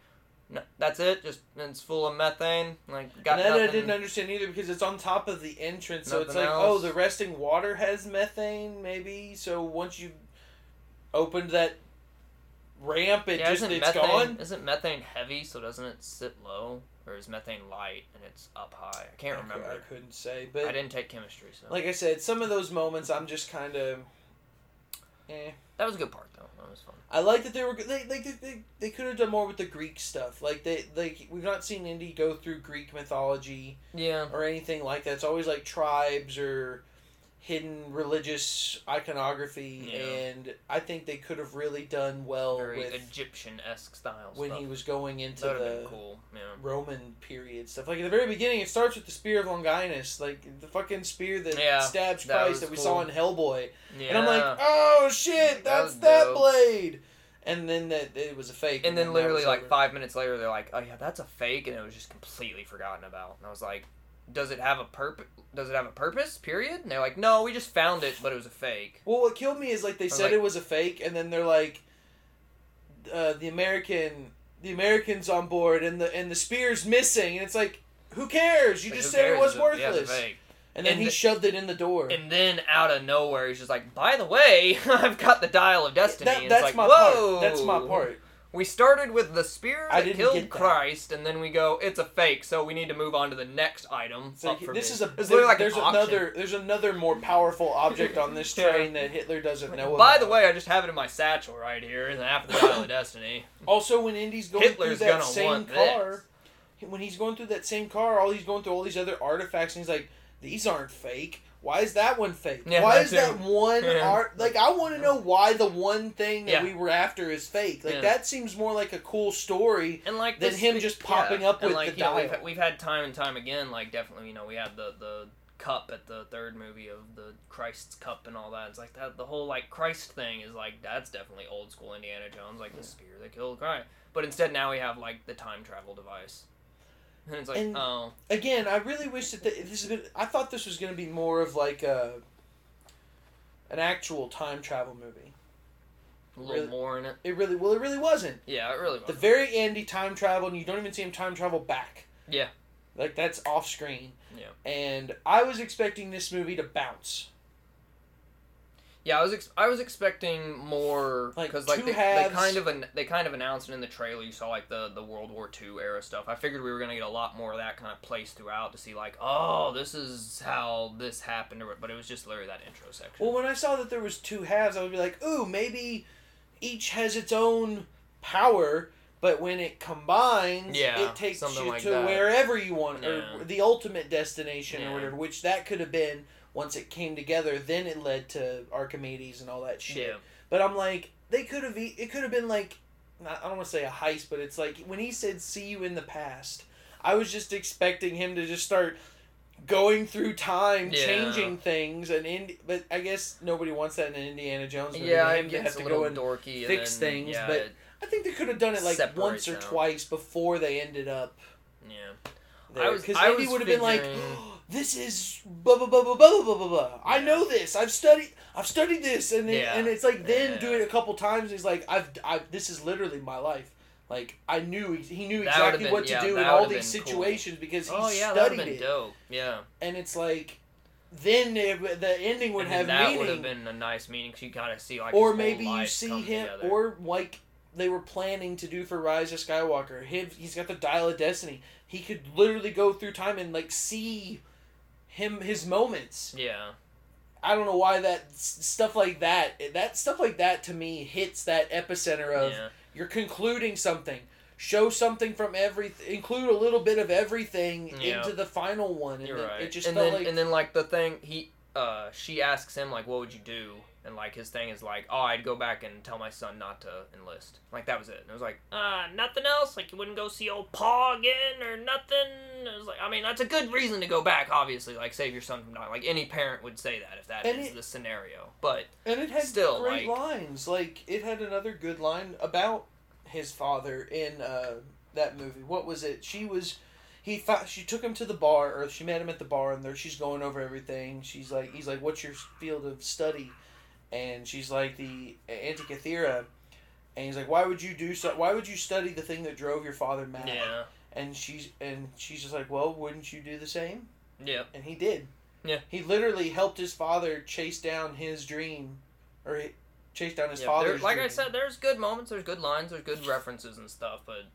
Speaker 2: "No, that's it. Just it's full of methane. Like got
Speaker 1: and that I
Speaker 2: nothing.
Speaker 1: didn't understand either because it's on top of the entrance, so it's
Speaker 2: Nothing
Speaker 1: like, oh,
Speaker 2: else.
Speaker 1: the resting water has methane, maybe. So once you opened that ramp, it
Speaker 2: yeah,
Speaker 1: just
Speaker 2: isn't
Speaker 1: it's
Speaker 2: methane
Speaker 1: gone.
Speaker 2: isn't methane heavy? So doesn't it sit low? Or is methane light and it's up high? I can't
Speaker 1: I cou- I
Speaker 2: remember.
Speaker 1: couldn't say,
Speaker 2: I,
Speaker 1: but
Speaker 2: didn't take chemistry, so
Speaker 1: like I said, some of those moments I'm just kind of. Eh.
Speaker 2: that was a good part though. That was fun.
Speaker 1: I like that they were they they they, they could have done more with the Greek stuff. Like they like we've not seen Indy go through Greek mythology.
Speaker 2: Yeah.
Speaker 1: or anything like that. It's always like tribes or hidden religious iconography,
Speaker 2: Yeah.
Speaker 1: and I think they could have really done well
Speaker 2: very
Speaker 1: with
Speaker 2: Egyptian esque style
Speaker 1: when
Speaker 2: stuff.
Speaker 1: he was going into
Speaker 2: that would have
Speaker 1: the
Speaker 2: been cool. Yeah.
Speaker 1: Roman period stuff. Like at the very beginning, it starts with the spear of Longinus, like the fucking spear that
Speaker 2: Yeah,
Speaker 1: stabs
Speaker 2: that
Speaker 1: Christ
Speaker 2: was
Speaker 1: that we
Speaker 2: cool.
Speaker 1: saw in Hellboy,
Speaker 2: yeah.
Speaker 1: and I'm like, oh shit,
Speaker 2: That
Speaker 1: that's
Speaker 2: was
Speaker 1: that
Speaker 2: dope.
Speaker 1: blade. And then that it was a fake.
Speaker 2: and then
Speaker 1: that
Speaker 2: literally
Speaker 1: was
Speaker 2: like
Speaker 1: over.
Speaker 2: five minutes later, they're like, oh yeah, that's a fake, and it was just completely forgotten about. And I was like, does it have a purpose? Does it have a purpose? Period. And they're like, no, we just found it, but it was a fake.
Speaker 1: Well, what killed me is like they
Speaker 2: Or,
Speaker 1: said
Speaker 2: like-
Speaker 1: it was a fake, and then they're like, uh, the American, the Americans on board, and the and the spear's missing, and it's like, who cares? You
Speaker 2: Like,
Speaker 1: just
Speaker 2: who
Speaker 1: said it was
Speaker 2: cares? It's a- yeah, it's a
Speaker 1: worthless,
Speaker 2: fake.
Speaker 1: and then
Speaker 2: And
Speaker 1: he
Speaker 2: the-
Speaker 1: shoved it in the door.
Speaker 2: And then out of nowhere, he's just like, by the way, [LAUGHS] I've got the dial of destiny.
Speaker 1: That-
Speaker 2: and it's
Speaker 1: that's
Speaker 2: like,
Speaker 1: my
Speaker 2: Whoa!
Speaker 1: part. That's my part.
Speaker 2: We started with the spear
Speaker 1: I
Speaker 2: that
Speaker 1: didn't
Speaker 2: killed
Speaker 1: get that.
Speaker 2: Christ, and then we go, it's a fake, so we need to move on to the next item.
Speaker 1: It's like,
Speaker 2: up for
Speaker 1: this
Speaker 2: me.
Speaker 1: is a
Speaker 2: It's
Speaker 1: there-
Speaker 2: literally like an
Speaker 1: there's
Speaker 2: auction.
Speaker 1: another there's another more powerful object on this
Speaker 2: [LAUGHS] Yeah.
Speaker 1: train that Hitler doesn't know.
Speaker 2: By
Speaker 1: about.
Speaker 2: the way, I just have it in my satchel right here, and after the Dial of Destiny,
Speaker 1: also when Indy's going
Speaker 2: Hitler's
Speaker 1: through that
Speaker 2: gonna
Speaker 1: same
Speaker 2: want
Speaker 1: car,
Speaker 2: this.
Speaker 1: when he's going through that same car, all he's going through all these other artifacts, and he's like, "These aren't fake. Why is that one fake?
Speaker 2: Yeah,
Speaker 1: why
Speaker 2: that
Speaker 1: is that
Speaker 2: too.
Speaker 1: one
Speaker 2: Yeah.
Speaker 1: art? Like, I want to know why the one thing that
Speaker 2: Yeah.
Speaker 1: we were after is fake. Like,
Speaker 2: Yeah.
Speaker 1: that seems more like a cool story.
Speaker 2: and like
Speaker 1: Then
Speaker 2: this-
Speaker 1: him just popping up
Speaker 2: and,
Speaker 1: with
Speaker 2: like,
Speaker 1: the
Speaker 2: you know, we've,
Speaker 1: dial.
Speaker 2: we've had time and time again, like definitely, you know, we had the the cup at the third movie of the Christ's cup and all that. It's like that the whole like Christ thing is like that's definitely old school Indiana Jones, like the spear that killed Christ. But instead, now we have like the time travel device, and it's like
Speaker 1: And-
Speaker 2: oh
Speaker 1: Again, I really wish that the, this has been. I thought this was going to be more of like a an actual time travel movie.
Speaker 2: a little
Speaker 1: really-
Speaker 2: more in it.
Speaker 1: It really well, it really wasn't.
Speaker 2: Yeah, it really.
Speaker 1: The
Speaker 2: was.
Speaker 1: very end, he time traveled, and you don't even see him time travel back.
Speaker 2: Yeah.
Speaker 1: Like, that's off screen.
Speaker 2: Yeah.
Speaker 1: And I was expecting this movie to bounce.
Speaker 2: Yeah, I was ex- I was expecting more
Speaker 1: Like,
Speaker 2: because
Speaker 1: two
Speaker 2: like, they, they
Speaker 1: halves.
Speaker 2: kind of an- they kind of announced it in the trailer. You saw like the the World War II era stuff. I figured we were gonna get a lot more of that kind of place throughout to see like oh this is how this happened or what- but it was just literally that intro section.
Speaker 1: Well, when I saw that there was two halves, I would be like, ooh, maybe each has its own power, but when it combines,
Speaker 2: Yeah,
Speaker 1: it takes
Speaker 2: something
Speaker 1: you
Speaker 2: like
Speaker 1: to
Speaker 2: that.
Speaker 1: wherever you want,
Speaker 2: Yeah.
Speaker 1: or the ultimate destination
Speaker 2: Yeah.
Speaker 1: or whatever, which that could have been once it came together. Then it led to Archimedes and all that shit.
Speaker 2: yeah,
Speaker 1: But I'm like, they could have. E- it could have been like, not- I don't want to say a heist, but it's like when he said "see you in the past," I was just expecting him to just start going through time,
Speaker 2: Yeah.
Speaker 1: changing things, and in. But I guess nobody wants that in an Indiana Jones movie.
Speaker 2: yeah,
Speaker 1: him to
Speaker 2: it gets
Speaker 1: have
Speaker 2: a
Speaker 1: to
Speaker 2: little
Speaker 1: go in.
Speaker 2: dorky. and
Speaker 1: fix
Speaker 2: then,
Speaker 1: things,
Speaker 2: yeah,
Speaker 1: but-
Speaker 2: it-
Speaker 1: I think they could have done it like
Speaker 2: Separate
Speaker 1: once or
Speaker 2: now.
Speaker 1: twice before they ended up.
Speaker 2: yeah.
Speaker 1: There.
Speaker 2: was-
Speaker 1: because
Speaker 2: I
Speaker 1: Andy
Speaker 2: was
Speaker 1: would have been like,
Speaker 2: figuring-
Speaker 1: [GASPS] "This is blah blah blah blah blah blah blah blah. I
Speaker 2: Yeah.
Speaker 1: know this. I've studied. I've studied this." And it,
Speaker 2: Yeah.
Speaker 1: and it's like then
Speaker 2: Yeah.
Speaker 1: do it a couple times. He's like, "I've, I've this is literally my life. Like I knew he knew
Speaker 2: That would've
Speaker 1: exactly
Speaker 2: been-
Speaker 1: what to
Speaker 2: yeah,
Speaker 1: do in
Speaker 2: that
Speaker 1: all
Speaker 2: would've
Speaker 1: these
Speaker 2: been cool.
Speaker 1: situations because he
Speaker 2: Oh yeah, that would
Speaker 1: studied
Speaker 2: have been
Speaker 1: it."
Speaker 2: dope. Yeah,
Speaker 1: And it's like, then it, the ending would
Speaker 2: And then
Speaker 1: have
Speaker 2: that would
Speaker 1: meaning,
Speaker 2: have been a nice meaning. 'cause you gotta see like
Speaker 1: or
Speaker 2: his whole
Speaker 1: maybe you
Speaker 2: life
Speaker 1: see
Speaker 2: come
Speaker 1: him,
Speaker 2: together.
Speaker 1: or like they were planning to do for Rise of Skywalker. Him, he's got the dial of destiny. He could literally go through time and like see him his moments.
Speaker 2: yeah.
Speaker 1: I don't know why that s- stuff like that that stuff like that to me hits that epicenter of
Speaker 2: yeah.
Speaker 1: you're concluding something. Show something from every, include a little bit of everything
Speaker 2: Yeah.
Speaker 1: into the final one, and
Speaker 2: You're
Speaker 1: it,
Speaker 2: right.
Speaker 1: it just
Speaker 2: and
Speaker 1: felt
Speaker 2: then
Speaker 1: like
Speaker 2: and then like the thing he uh, she asks him like, "What would you do?" And like his thing is like, "Oh, I'd go back and tell my son not to enlist." Like that was it. And it was like, "Uh, nothing else. Like you wouldn't go see old Pa again or nothing." And It was like, I mean, that's a good reason to go back. Obviously, like save your son from dying. Like any parent would say that if that is
Speaker 1: And it-
Speaker 2: the scenario. But
Speaker 1: And it had
Speaker 2: Still,
Speaker 1: great
Speaker 2: like-
Speaker 1: lines. Like it had another good line about his father in uh, that movie. What was it? She was. He thought she took him to the bar, or she met him at the bar, and there she's going over everything. She's like, he's like, "What's your field of study?" And she's like, "The uh, Antikythera." And he's like, "Why would you do so? Why would you study the thing that drove your father mad?"
Speaker 2: yeah,
Speaker 1: And she's and she's just like, "Well, wouldn't you do the same?"
Speaker 2: yeah,
Speaker 1: and he did.
Speaker 2: Yeah.
Speaker 1: He literally helped his father chase down his dream, or he chase down his
Speaker 2: yeah. There-
Speaker 1: father's.
Speaker 2: like I
Speaker 1: dream.
Speaker 2: said, there's good moments, there's good lines, there's good references and stuff, but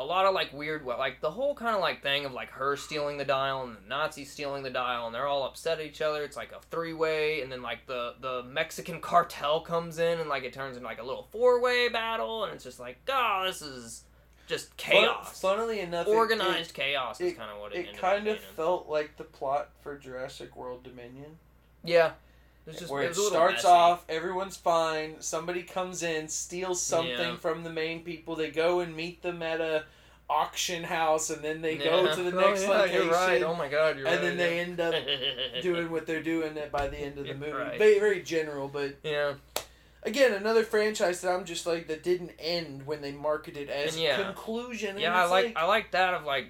Speaker 2: a lot of like weird, well, like the whole kind of like thing of like her stealing the dial and the Nazis stealing the dial, and they're all upset at each other. It's like a three way, and then like the the Mexican [LAUGHS] cartel comes in, and like it turns into like a little four way battle, and it's just like, oh, this is just
Speaker 1: Fun-
Speaker 2: chaos.
Speaker 1: funnily enough, it-
Speaker 2: Organized chaos is
Speaker 1: it-
Speaker 2: kind of what
Speaker 1: It, it
Speaker 2: it, ended up
Speaker 1: kind of
Speaker 2: being.
Speaker 1: felt like the plot for Jurassic World Dominion,
Speaker 2: yeah. It's just,
Speaker 1: where
Speaker 2: it
Speaker 1: it,
Speaker 2: was a little
Speaker 1: starts
Speaker 2: messy.
Speaker 1: off, everyone's fine, somebody comes in, steals something
Speaker 2: Yeah.
Speaker 1: from the main people, they go and meet them at a auction house, and then they go
Speaker 2: Yeah.
Speaker 1: to the
Speaker 2: [LAUGHS] Oh,
Speaker 1: next
Speaker 2: yeah,
Speaker 1: location,
Speaker 2: You're right. Oh my god, you're
Speaker 1: and
Speaker 2: right.
Speaker 1: then they end up
Speaker 2: [LAUGHS] they
Speaker 1: doing what they're doing at- by the end of the
Speaker 2: You're
Speaker 1: movie.
Speaker 2: right.
Speaker 1: Very, very general, but
Speaker 2: Yeah,
Speaker 1: again another franchise that I'm just like that didn't end when they marketed as
Speaker 2: And yeah.
Speaker 1: conclusion. And
Speaker 2: yeah, I
Speaker 1: it's
Speaker 2: like, I like that of like,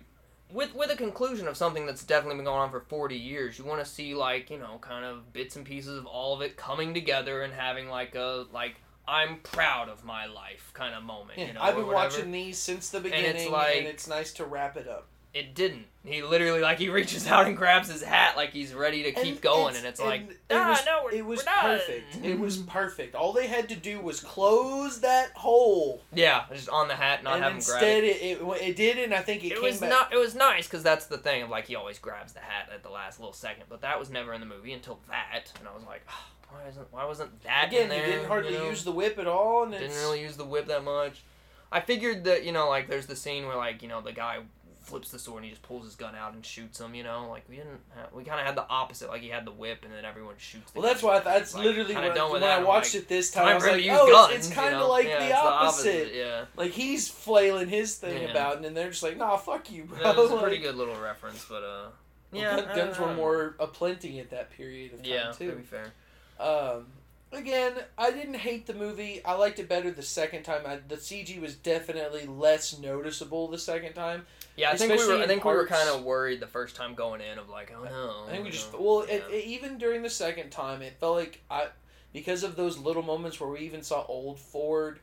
Speaker 2: with with a conclusion of something that's definitely been going on for forty years. You want to see like you know kind of bits and pieces of all of it coming together and having like a like I'm proud of my life kind of moment.
Speaker 1: Yeah,
Speaker 2: you know,
Speaker 1: I've
Speaker 2: or
Speaker 1: been
Speaker 2: whatever.
Speaker 1: watching these since the
Speaker 2: it's
Speaker 1: beginning, and it's,
Speaker 2: like-
Speaker 1: nice to wrap it up.
Speaker 2: It didn't. He literally like he reaches out and grabs his hat like he's ready to keep going, and it's like
Speaker 1: and it
Speaker 2: ah,
Speaker 1: was,
Speaker 2: no, we're,
Speaker 1: it was
Speaker 2: we're done."
Speaker 1: perfect. It was perfect. All they had to do was close that hole,
Speaker 2: yeah, just on the hat, not
Speaker 1: and
Speaker 2: having grab
Speaker 1: instead
Speaker 2: it.
Speaker 1: it. It, it did, and I think it,
Speaker 2: it
Speaker 1: came
Speaker 2: was
Speaker 1: back.
Speaker 2: not. It was nice because that's the thing of like he always grabs the hat at the last little second, but that was never in the movie until that, and I was like, "Ah, why isn't why wasn't that in
Speaker 1: Again,
Speaker 2: there?
Speaker 1: he didn't hardly
Speaker 2: you know?
Speaker 1: use the whip at all, and
Speaker 2: didn't
Speaker 1: it's-
Speaker 2: really use the whip that much. I figured that you know like there's the scene where like you know the guy flips the sword and he just pulls his gun out and shoots him. You know like we didn't have, we kind of had the opposite like he had the whip and then everyone shoots. The
Speaker 1: Well, that's
Speaker 2: gun.
Speaker 1: why I th- that's
Speaker 2: Like,
Speaker 1: literally
Speaker 2: kinda
Speaker 1: when,
Speaker 2: done with
Speaker 1: when I
Speaker 2: that, I'm
Speaker 1: watched
Speaker 2: like,
Speaker 1: it this time. I
Speaker 2: Time
Speaker 1: was
Speaker 2: for him
Speaker 1: like,
Speaker 2: to use
Speaker 1: oh,
Speaker 2: guns.
Speaker 1: it's, it's
Speaker 2: you
Speaker 1: kind of
Speaker 2: know?
Speaker 1: like
Speaker 2: Yeah,
Speaker 1: the,
Speaker 2: it's
Speaker 1: opposite. [LAUGHS]
Speaker 2: Yeah,
Speaker 1: Like he's flailing his thing
Speaker 2: Yeah.
Speaker 1: about, it, and they're just like, "Nah, fuck you, bro."
Speaker 2: that was a
Speaker 1: Like,
Speaker 2: pretty good little reference, but uh, yeah,
Speaker 1: gun-
Speaker 2: I
Speaker 1: guns
Speaker 2: don't
Speaker 1: were
Speaker 2: know.
Speaker 1: more aplenty at that period of time
Speaker 2: yeah, to be
Speaker 1: too.
Speaker 2: fair.
Speaker 1: Um, again, I didn't hate the movie. I liked it better the second time. I, the CG was definitely less noticeable the second time.
Speaker 2: Yeah, I think we
Speaker 1: Especially
Speaker 2: were. I
Speaker 1: in
Speaker 2: think we were
Speaker 1: parts.
Speaker 2: kind of worried the first time going in of like, oh no.
Speaker 1: I think we
Speaker 2: you
Speaker 1: just
Speaker 2: know,
Speaker 1: well,
Speaker 2: yeah.
Speaker 1: it, it- even during the second time, it felt like I because of those little moments where we even saw old Ford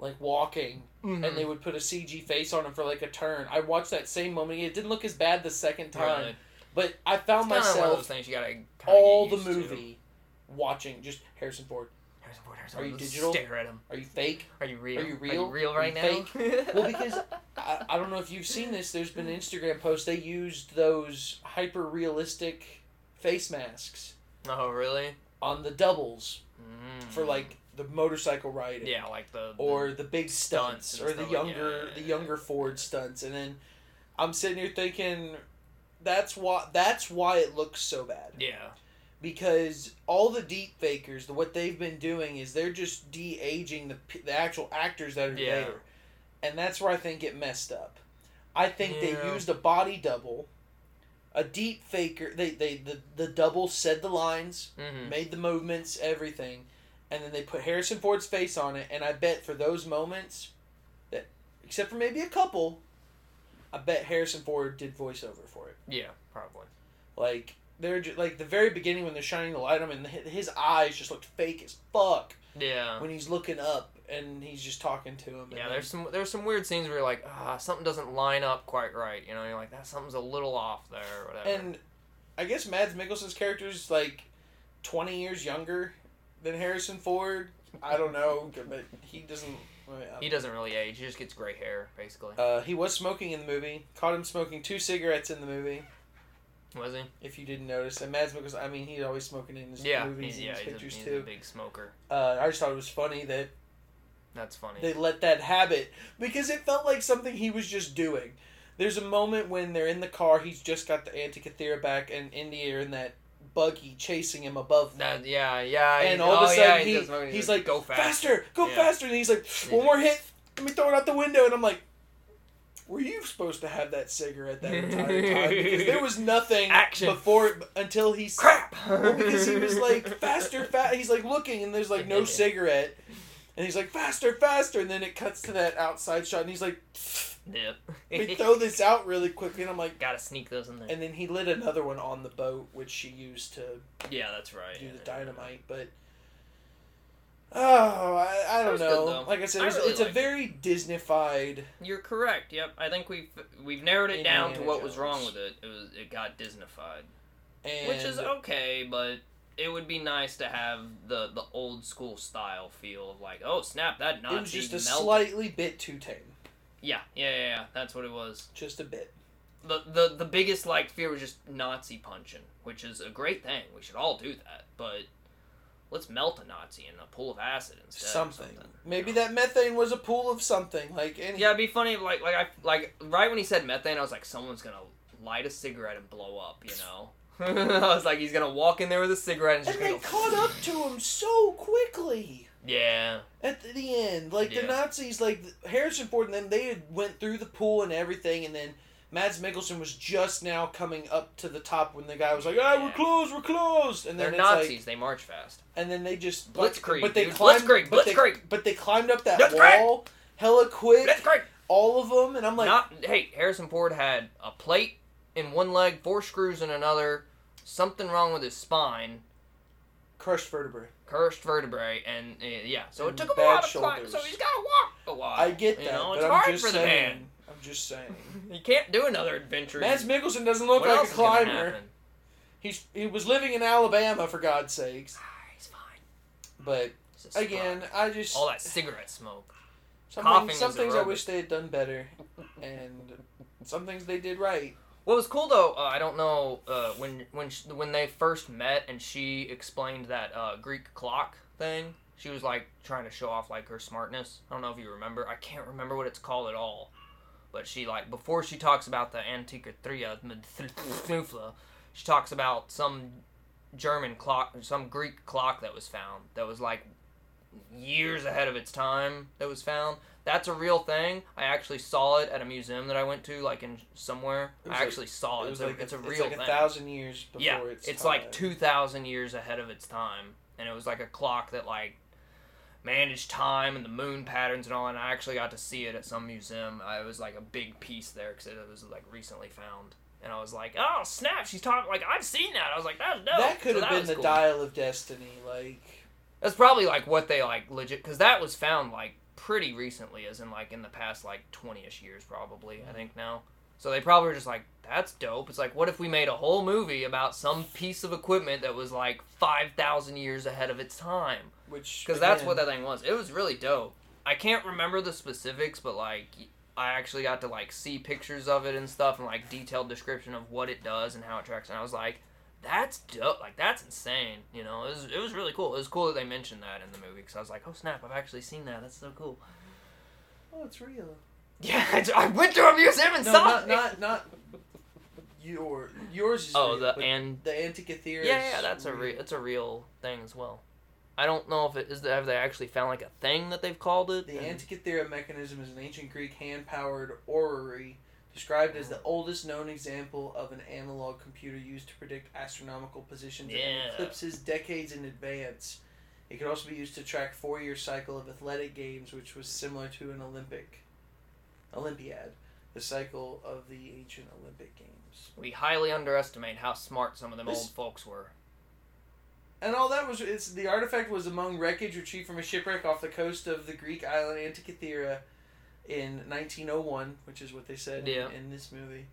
Speaker 1: like walking
Speaker 2: Mhm.
Speaker 1: and they would put a CG face on him for like a turn. I watched that same moment. It didn't look as bad the second time,
Speaker 2: Right.
Speaker 1: but I
Speaker 2: It's
Speaker 1: found
Speaker 2: kinda one of those
Speaker 1: myself
Speaker 2: things you gotta kinda
Speaker 1: all the
Speaker 2: get used to.
Speaker 1: movie watching just Harrison Ford.
Speaker 2: Harrison Ford, Harrison
Speaker 1: Are you
Speaker 2: Ford, just
Speaker 1: digital?
Speaker 2: Stare at him.
Speaker 1: Are you fake?
Speaker 2: Are you real?
Speaker 1: Are you real?
Speaker 2: real
Speaker 1: Are
Speaker 2: right
Speaker 1: you
Speaker 2: now?
Speaker 1: Well, because I, I don't know if you've seen this. There's been Instagram posts. They used those hyper realistic face masks
Speaker 2: [LAUGHS] oh really?
Speaker 1: on the doubles
Speaker 2: Mm.
Speaker 1: for like the motorcycle riding.
Speaker 2: yeah, like the
Speaker 1: or the big
Speaker 2: Stunts
Speaker 1: stunts,
Speaker 2: and
Speaker 1: or the
Speaker 2: stuff like-
Speaker 1: younger
Speaker 2: yeah,
Speaker 1: the
Speaker 2: yeah,
Speaker 1: younger Ford stunts and then I'm sitting here thinking that's why that's why it looks so bad
Speaker 2: yeah
Speaker 1: because all the deep fakers the, what they've been doing is they're just de-aging the, p- the actual actors that are
Speaker 2: Yeah.
Speaker 1: there and that's where I think it messed up I think they
Speaker 2: Yeah.
Speaker 1: used a body double a deep faker they, they the, the double said the lines
Speaker 2: hmm
Speaker 1: made the movements, everything, and then they put Harrison Ford's face on it. And I bet for those moments, that except for maybe a couple, I bet Harrison Ford did voiceover for it.
Speaker 2: yeah probably
Speaker 1: Like they're ju- like the very beginning when they're shining the light on him, and hi- his eyes just looked fake as fuck
Speaker 2: yeah.
Speaker 1: when he's looking up and he's just talking to him. and
Speaker 2: Yeah,
Speaker 1: then-
Speaker 2: there's some there's some weird scenes where you're like, ah, something doesn't line up quite right. You know, you're like, that something's a little off there, or whatever.
Speaker 1: and I guess Mads Mikkelsen's character is like twenty years younger than Harrison Ford. I don't know, but he doesn't. I mean, I don't
Speaker 2: he doesn't really age; he just gets gray hair, basically.
Speaker 1: Uh, he was smoking in the movie. Caught him smoking two cigarettes in the movie.
Speaker 2: Was he?
Speaker 1: If you didn't notice, and Mads Mikkelsen, I mean, he's always smoking in his
Speaker 2: Yeah,
Speaker 1: movies
Speaker 2: he's,
Speaker 1: and
Speaker 2: yeah,
Speaker 1: his
Speaker 2: he's, a,
Speaker 1: pictures
Speaker 2: he's a
Speaker 1: too.
Speaker 2: big smoker.
Speaker 1: Uh, I just thought it was funny that
Speaker 2: That's funny.
Speaker 1: they let that habit because it felt like something he was just doing. There's a moment when they're in the car. He's just got the Antikythera back, and India are in that buggy chasing him above them.
Speaker 2: That, yeah, yeah.
Speaker 1: and
Speaker 2: he-
Speaker 1: all of
Speaker 2: oh,
Speaker 1: a
Speaker 2: yeah,
Speaker 1: sudden
Speaker 2: he
Speaker 1: he,
Speaker 2: does fucking-
Speaker 1: he's like,
Speaker 2: go fast.
Speaker 1: faster, go
Speaker 2: Yeah.
Speaker 1: faster. And he's like, one more hit, let me throw it out the window. And I'm like, were you supposed to have that cigarette that entire time? Because there was nothing
Speaker 2: [LAUGHS] Action.
Speaker 1: before until he s-
Speaker 2: Crap!
Speaker 1: Well, because he was
Speaker 2: [LAUGHS]
Speaker 1: like faster, fast. He's like looking, and there's like no cigarette, and he's like faster, faster. And then it cuts to that outside shot, and he's like,
Speaker 2: Yep. [LAUGHS]
Speaker 1: "We throw this out really quickly." And I'm like,
Speaker 2: Gotta sneak those in there.
Speaker 1: and then he lit another one on the boat, which she used to
Speaker 2: yeah, that's right.
Speaker 1: do
Speaker 2: yeah.
Speaker 1: the dynamite, but oh, I, I
Speaker 2: That
Speaker 1: don't
Speaker 2: was good,
Speaker 1: know.
Speaker 2: though.
Speaker 1: like I said,
Speaker 2: I
Speaker 1: it's,
Speaker 2: really
Speaker 1: it's a
Speaker 2: liked it.
Speaker 1: very Disneyfied.
Speaker 2: You're correct. Yep. I think we've we've narrowed it down to
Speaker 1: Indiana
Speaker 2: what was
Speaker 1: Jones.
Speaker 2: wrong with it. It was it got Disneyfied,
Speaker 1: And
Speaker 2: which is okay, but it would be nice to have the the old school style feel of like, oh snap, that Nazi
Speaker 1: it was just a
Speaker 2: melted.
Speaker 1: slightly bit too tame,
Speaker 2: Yeah, yeah, yeah, yeah. That's what it was.
Speaker 1: just a bit.
Speaker 2: the the the biggest like fear was just Nazi punching, which is a great thing. We should all do that, but let's melt a Nazi in a pool of acid instead. or
Speaker 1: Something. Maybe
Speaker 2: you know?
Speaker 1: that methane was a pool of something. Like and
Speaker 2: Yeah, it'd be funny. if, Like like I like right when he said methane, I was like, someone's gonna light a cigarette and blow up. You know. [LAUGHS] I was like, he's gonna walk in there with a cigarette and, it's
Speaker 1: and
Speaker 2: just
Speaker 1: they
Speaker 2: gonna go,
Speaker 1: caught up to him so quickly
Speaker 2: Yeah,
Speaker 1: at the end. Like
Speaker 2: Yeah.
Speaker 1: the Nazis, like Harrison Ford and them, they had went through the pool and everything, and then. Mads Mikkelsen was just now coming up to the top when the guy was like, "Ah, we're
Speaker 2: Yeah.
Speaker 1: closed, we're closed," and
Speaker 2: they're
Speaker 1: then it's like,
Speaker 2: Nazis. they march fast.
Speaker 1: and then they just
Speaker 2: Blitzkrieg,
Speaker 1: But they
Speaker 2: dude.
Speaker 1: climbed,
Speaker 2: Blitzkrieg,
Speaker 1: but they,
Speaker 2: blitzkrieg.
Speaker 1: but they climbed up that
Speaker 2: Blitzkrieg.
Speaker 1: wall hella quick.
Speaker 2: That's great.
Speaker 1: All of them, and I'm like,
Speaker 2: Not hey, Harrison Ford had a plate in one leg, four screws in another, something wrong with his spine,
Speaker 1: crushed vertebrae.
Speaker 2: cursed vertebrae, and uh, yeah, so
Speaker 1: And
Speaker 2: it took him a
Speaker 1: bad
Speaker 2: while to climb. So
Speaker 1: shoulders.
Speaker 2: he's got to walk a while.
Speaker 1: I get that,
Speaker 2: You know,
Speaker 1: but
Speaker 2: it's
Speaker 1: I'm
Speaker 2: hard
Speaker 1: just
Speaker 2: for the
Speaker 1: saying. I'm just saying.
Speaker 2: [LAUGHS] man. He can't do another adventure.
Speaker 1: Mads Mikkelsen doesn't
Speaker 2: What
Speaker 1: look like
Speaker 2: else
Speaker 1: a
Speaker 2: is gonna
Speaker 1: climber.
Speaker 2: happen?
Speaker 1: He's he was living in Alabama for God's sakes.
Speaker 2: Ah, he's fine.
Speaker 1: But
Speaker 2: It's a surprise.
Speaker 1: again, I just
Speaker 2: all that cigarette smoke.
Speaker 1: some
Speaker 2: coughing
Speaker 1: things, some
Speaker 2: is
Speaker 1: things I
Speaker 2: aerobic.
Speaker 1: wish they had done better, and some things they did right.
Speaker 2: What was cool though, uh, I don't know uh, when when sh when they first met and she explained that uh, Greek clock thing. She was like trying to show off like her smartness. I don't know if you remember. I can't remember what it's called at all. But she like before she talks about the Antica Thria Medthufla, she talks about some German clock, some Greek clock that was found that was like years ahead of its time that was found. That's a real thing. I actually saw it at a museum that I went to, like in somewhere.
Speaker 1: It was
Speaker 2: I
Speaker 1: like-
Speaker 2: actually saw it.
Speaker 1: It was
Speaker 2: Oh, It's a,
Speaker 1: like
Speaker 2: it's a
Speaker 1: it's
Speaker 2: real
Speaker 1: like
Speaker 2: thing.
Speaker 1: a thousand years before
Speaker 2: yeah,
Speaker 1: it's
Speaker 2: it's, like
Speaker 1: time.
Speaker 2: two thousand years ahead of its time, and it was like a clock that like managed time and the moon patterns and all. And I actually got to see it at some museum. I, it was like a big piece there because it was like recently found. And I was like, "Oh snap!" She's talking like I've seen that. I was like, "That's dope."
Speaker 1: that could
Speaker 2: So
Speaker 1: have been
Speaker 2: was
Speaker 1: the
Speaker 2: cool.
Speaker 1: dial of destiny, like.
Speaker 2: That's probably like what they like legit because that was found like pretty recently, as in like in the past like twenty ish years probably. I think now. So they probably were just like, "That's dope." It's like, what if we made a whole movie about some piece of equipment that was like five thousand years ahead of its time?
Speaker 1: Which
Speaker 2: Because that's what
Speaker 1: again,
Speaker 2: that thing was. It was really dope. I can't remember the specifics, but like I actually got to like see pictures of it and stuff, and like detailed description of what it does and how it tracks. And I was like, that's dope. Like that's insane. You know, it was it was really cool. It was cool that they mentioned that in the movie because I was like, oh snap, I've actually seen that. That's so cool. [LAUGHS]
Speaker 1: Oh, it's real.
Speaker 2: Yeah, I, I went to a museum and
Speaker 1: No,
Speaker 2: saw
Speaker 1: not
Speaker 2: it.
Speaker 1: not not your yours. Is
Speaker 2: [LAUGHS] oh,
Speaker 1: real,
Speaker 2: the
Speaker 1: but
Speaker 2: and
Speaker 1: the Antikythera.
Speaker 2: yeah, yeah, that's a re- it's a real thing as well. I don't know if it is. Have they actually found like a thing that they've called it?
Speaker 1: The
Speaker 2: And-
Speaker 1: Antikythera mechanism is an ancient Greek hand-powered orrery described as the oldest known example of an analog computer used to predict astronomical positions
Speaker 2: Yeah.
Speaker 1: and eclipses decades in advance. It could also be used to track four-year cycle of athletic games, which was similar to an Olympic, Olympiad, the cycle of the ancient Olympic games.
Speaker 2: We highly underestimate how smart some of them
Speaker 1: This-
Speaker 2: old folks were.
Speaker 1: And all that was it's the artifact was among wreckage retrieved from a shipwreck off the coast of the Greek island Antikythera in 1901, which is what they said in-
Speaker 2: Yeah.
Speaker 1: in, this movie.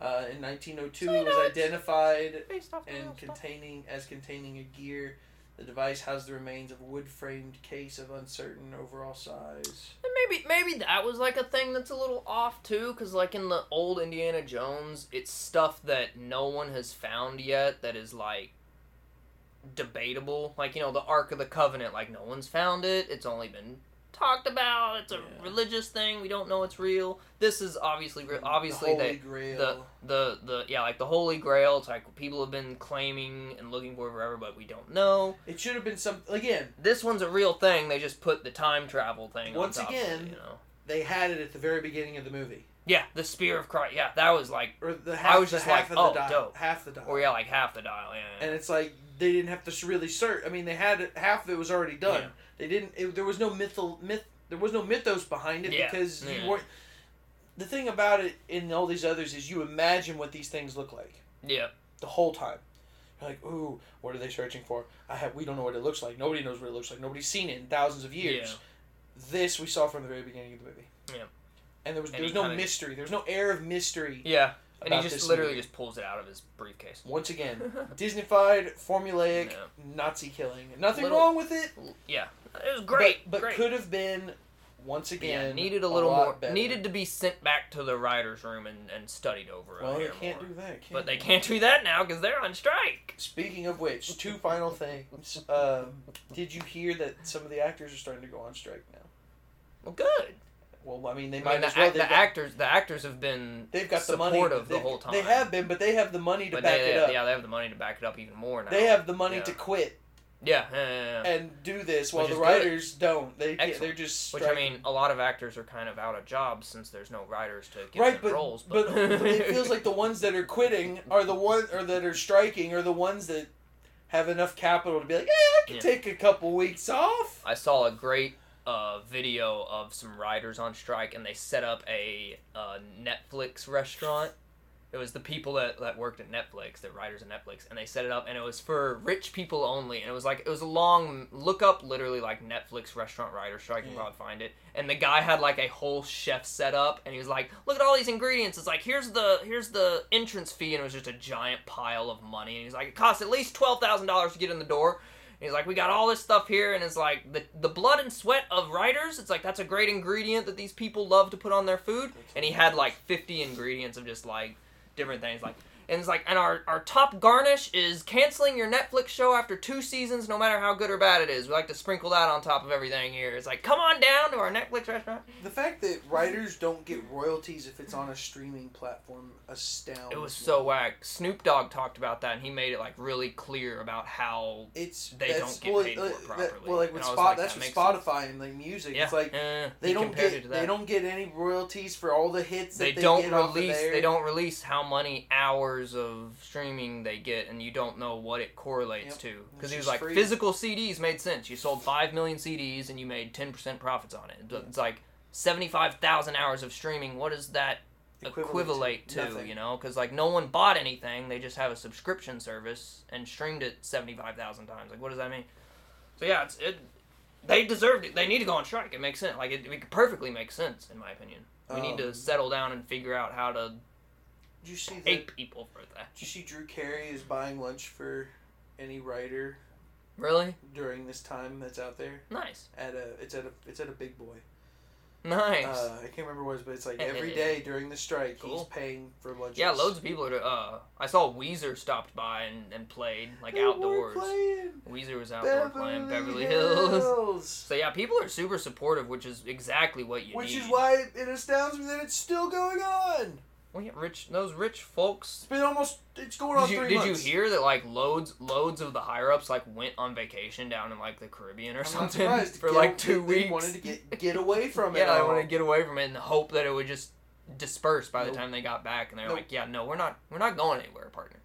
Speaker 1: Uh, in 1902,
Speaker 2: So, you
Speaker 1: it was
Speaker 2: know, it's- Oh,
Speaker 1: identified
Speaker 2: Based off
Speaker 1: and containing as containing a gear. The device housed the remains of a wood-framed case of uncertain overall size.
Speaker 2: maybe maybe that was like a thing that's a little off too, because like in the old Indiana Jones, it's stuff that no one has found yet that is like debatable. Like you know the Ark of the Covenant, like no one's found it. It's only been talked about. It's a
Speaker 1: Yeah.
Speaker 2: religious thing. We don't know it's real. This is obviously real. Obviously,
Speaker 1: the Holy
Speaker 2: they
Speaker 1: Grail.
Speaker 2: the the the yeah like the Holy Grail. It's like people have been claiming and looking for forever, but we don't know.
Speaker 1: It should have been some again.
Speaker 2: This one's a real thing. They just put the time travel thing on
Speaker 1: Once
Speaker 2: top of it,
Speaker 1: again-
Speaker 2: you know.
Speaker 1: They had it at the very beginning of the movie,
Speaker 2: Yeah, the spear of Christ. Yeah, that was like,
Speaker 1: or the half,
Speaker 2: was
Speaker 1: the
Speaker 2: just
Speaker 1: half
Speaker 2: like,
Speaker 1: of
Speaker 2: oh,
Speaker 1: the dial,
Speaker 2: dope.
Speaker 1: half the dial.
Speaker 2: or yeah, like half the dial. Yeah, yeah,
Speaker 1: and it's like they didn't have to s- really search. I mean, they had it, half of it was already done.
Speaker 2: Yeah.
Speaker 1: They didn't. It, there was no mythal myth. There was no mythos behind it
Speaker 2: Yeah.
Speaker 1: because
Speaker 2: Yeah.
Speaker 1: you weren't. The thing about it in all these others is you imagine what these things look like
Speaker 2: yeah.
Speaker 1: the whole time. You're like, ooh, what are they searching for? I have. We don't know what it looks like. Nobody knows what it looks like. Nobody's seen it in thousands of years. This we saw from the very beginning of the movie.
Speaker 2: Yeah.
Speaker 1: And there was
Speaker 2: And
Speaker 1: there
Speaker 2: he
Speaker 1: was no
Speaker 2: kinda-
Speaker 1: mystery. There was no air of mystery.
Speaker 2: yeah, yeah. And he
Speaker 1: about
Speaker 2: just
Speaker 1: this
Speaker 2: literally
Speaker 1: movie.
Speaker 2: just pulls it out of his briefcase.
Speaker 1: Once again, Disneyfied, formulaic,
Speaker 2: No.
Speaker 1: Nazi killing. Nothing
Speaker 2: Little-
Speaker 1: wrong with it.
Speaker 2: [LAUGHS] yeah, it was great.
Speaker 1: but, but
Speaker 2: great.
Speaker 1: could have been once
Speaker 2: Yeah,
Speaker 1: again
Speaker 2: needed a little
Speaker 1: lot
Speaker 2: more.
Speaker 1: better.
Speaker 2: Needed to be sent back to the writers' room and, and studied over.
Speaker 1: Well,
Speaker 2: a
Speaker 1: they
Speaker 2: hair
Speaker 1: can't
Speaker 2: more.
Speaker 1: do that. Can
Speaker 2: But they can't do that now because they're on strike.
Speaker 1: Speaking of which, two final things. Um, did you hear that some of the actors are starting to go on strike now?
Speaker 2: Well, good.
Speaker 1: Well, I mean, they
Speaker 2: I
Speaker 1: might
Speaker 2: mean, the,
Speaker 1: as well.
Speaker 2: ac-
Speaker 1: They've
Speaker 2: the
Speaker 1: got,
Speaker 2: actors, the actors have been
Speaker 1: they've got the money.
Speaker 2: supportive
Speaker 1: They-
Speaker 2: the whole time.
Speaker 1: They have been, but they have the money to
Speaker 2: but
Speaker 1: back
Speaker 2: they,
Speaker 1: it up.
Speaker 2: yeah, they have the money to back it up even more now.
Speaker 1: They have the money
Speaker 2: Yeah.
Speaker 1: to quit
Speaker 2: yeah, yeah, yeah, yeah.
Speaker 1: and do this, while
Speaker 2: Which
Speaker 1: the
Speaker 2: is good.
Speaker 1: writers don't. They can't-
Speaker 2: Excellent.
Speaker 1: they're just
Speaker 2: Which
Speaker 1: striking.
Speaker 2: I mean, a lot of actors are kind of out of jobs since there's no writers to give
Speaker 1: Right,
Speaker 2: them
Speaker 1: but,
Speaker 2: roles.
Speaker 1: but
Speaker 2: [LAUGHS]
Speaker 1: it feels like the ones that are quitting are the one or that are striking are the ones that have enough capital to be like, yeah, I can
Speaker 2: Yeah.
Speaker 1: take a couple weeks off.
Speaker 2: I saw a great uh, video of some writers on strike, and they set up a uh, Netflix restaurant. It was the people that, that worked at Netflix, the writers at Netflix, and they set it up, and it was for rich people only. And it was like it was a long look up, literally like Netflix restaurant writer strike. You can
Speaker 1: Yeah.
Speaker 2: probably find it. And the guy had like a whole chef set up, and he was like, "Look at all these ingredients. It's like here's the here's the entrance fee, and it was just a giant pile of money. And he's like, it costs at least twelve thousand dollars to get in the door. And he's like, we got all this stuff here, and it's like the the blood and sweat of writers. It's like that's a great ingredient that these people love to put on their food. And he had like fifty ingredients of just like different things, like and it's like, and our our top garnish is canceling your Netflix show after two seasons, no matter how good or bad it is. We like to sprinkle that on top of everything here. It's like, come on down to our Netflix restaurant.
Speaker 1: The fact that writers don't get royalties if it's on a streaming platform astounds.
Speaker 2: It was
Speaker 1: me.
Speaker 2: so whack. Snoop Dogg talked about that, and he made it like really clear about how.
Speaker 1: It's
Speaker 2: They
Speaker 1: that's-
Speaker 2: don't get
Speaker 1: well,
Speaker 2: paid
Speaker 1: uh,
Speaker 2: for it
Speaker 1: that-
Speaker 2: properly.
Speaker 1: well, like
Speaker 2: And
Speaker 1: with
Speaker 2: I was
Speaker 1: Spot,
Speaker 2: like,
Speaker 1: that's
Speaker 2: that
Speaker 1: with
Speaker 2: makes sense.
Speaker 1: Spotify and like music.
Speaker 2: Yeah,
Speaker 1: It's like
Speaker 2: eh,
Speaker 1: they
Speaker 2: he
Speaker 1: don't
Speaker 2: compared it
Speaker 1: get
Speaker 2: to that.
Speaker 1: they don't get any royalties for all the hits that
Speaker 2: they,
Speaker 1: they,
Speaker 2: don't
Speaker 1: get off of
Speaker 2: release
Speaker 1: there.
Speaker 2: they don't release how many hours of streaming they get and you don't know what it correlates
Speaker 1: Yep.
Speaker 2: to
Speaker 1: It's
Speaker 2: because he was
Speaker 1: just
Speaker 2: like
Speaker 1: free.
Speaker 2: physical cds made sense you sold 5 million cds and you made 10% profits on it But it's like 75,000 hours of streaming what does that
Speaker 1: Equivalent
Speaker 2: equivalent to
Speaker 1: nothing.
Speaker 2: you know because like no one bought anything they just have a subscription service and streamed it 75,000 times like what does that mean so yeah it's it they deserved it they need to go on strike it makes sense like it, it perfectly makes sense in my opinion we need to
Speaker 1: Um,
Speaker 2: settle down and figure out how to
Speaker 1: Did you see that?
Speaker 2: hate people for that.
Speaker 1: Did you see Drew Carey is buying lunch for any writer
Speaker 2: Really?
Speaker 1: during this time that's out there
Speaker 2: Nice.
Speaker 1: at a it's at a it's at a big boy.
Speaker 2: Nice.
Speaker 1: Uh, I can't remember what it was, but
Speaker 2: [LAUGHS]
Speaker 1: it's like every day during the strike
Speaker 2: Cool.
Speaker 1: he's paying for lunches.
Speaker 2: yeah, loads of people are. Uh, I saw Weezer stopped by and, and played like
Speaker 1: Hey, we're
Speaker 2: outdoors.
Speaker 1: playing
Speaker 2: Weezer was outdoor
Speaker 1: Beverly,
Speaker 2: playing Beverly Hills. [LAUGHS]
Speaker 1: Hills.
Speaker 2: So yeah, people are super supportive, which is exactly what you
Speaker 1: Which
Speaker 2: need.
Speaker 1: is why it astounds me that it's still going on.
Speaker 2: Well, yeah, rich those rich folks.
Speaker 1: It's been almost it's going on
Speaker 2: Did you,
Speaker 1: three
Speaker 2: did you
Speaker 1: months.
Speaker 2: hear that like loads loads of the higher ups like went on vacation down in like the Caribbean or
Speaker 1: I'm not
Speaker 2: something
Speaker 1: surprised.
Speaker 2: for
Speaker 1: Get- [LAUGHS]
Speaker 2: like two
Speaker 1: they
Speaker 2: weeks?
Speaker 1: wanted to get get away from
Speaker 2: [LAUGHS]
Speaker 1: it.
Speaker 2: yeah, they
Speaker 1: all.
Speaker 2: wanted to get away from it and hope that it would just disperse by the
Speaker 1: Nope.
Speaker 2: time they got back. And they're
Speaker 1: Nope.
Speaker 2: like, "Yeah, no, we're not, we're not going anywhere, partner.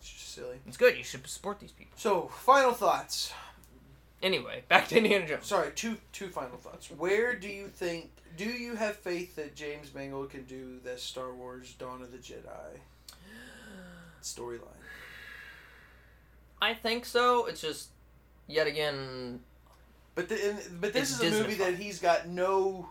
Speaker 1: It's just silly.
Speaker 2: It's good. You should support these people."
Speaker 1: So final thoughts.
Speaker 2: Anyway, [LAUGHS] back to Indiana Jones.
Speaker 1: Sorry, two two final thoughts. Where
Speaker 2: [CLEARS THROAT]
Speaker 1: do you think do you have faith that James Mangold can do this Star Wars Dawn of the Jedi storyline?
Speaker 2: I think so. It's just yet again,
Speaker 1: But the, and, but this is
Speaker 2: It's
Speaker 1: a movie
Speaker 2: Disney-fied.
Speaker 1: that he's got no.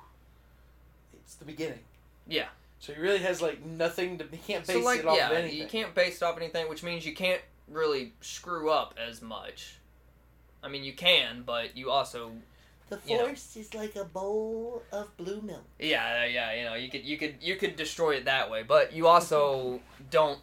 Speaker 1: It's the beginning.
Speaker 2: Yeah.
Speaker 1: So he really has like nothing to. He can't base
Speaker 2: so like
Speaker 1: it off of
Speaker 2: yeah,
Speaker 1: anything.
Speaker 2: you can't base it off anything, which means you can't really screw up as much. I mean, you can, but you also
Speaker 3: The
Speaker 2: You know.
Speaker 3: force is like a bowl of blue milk.
Speaker 2: Yeah, uh, yeah, you know, you could you could you could destroy it that way, but you also don't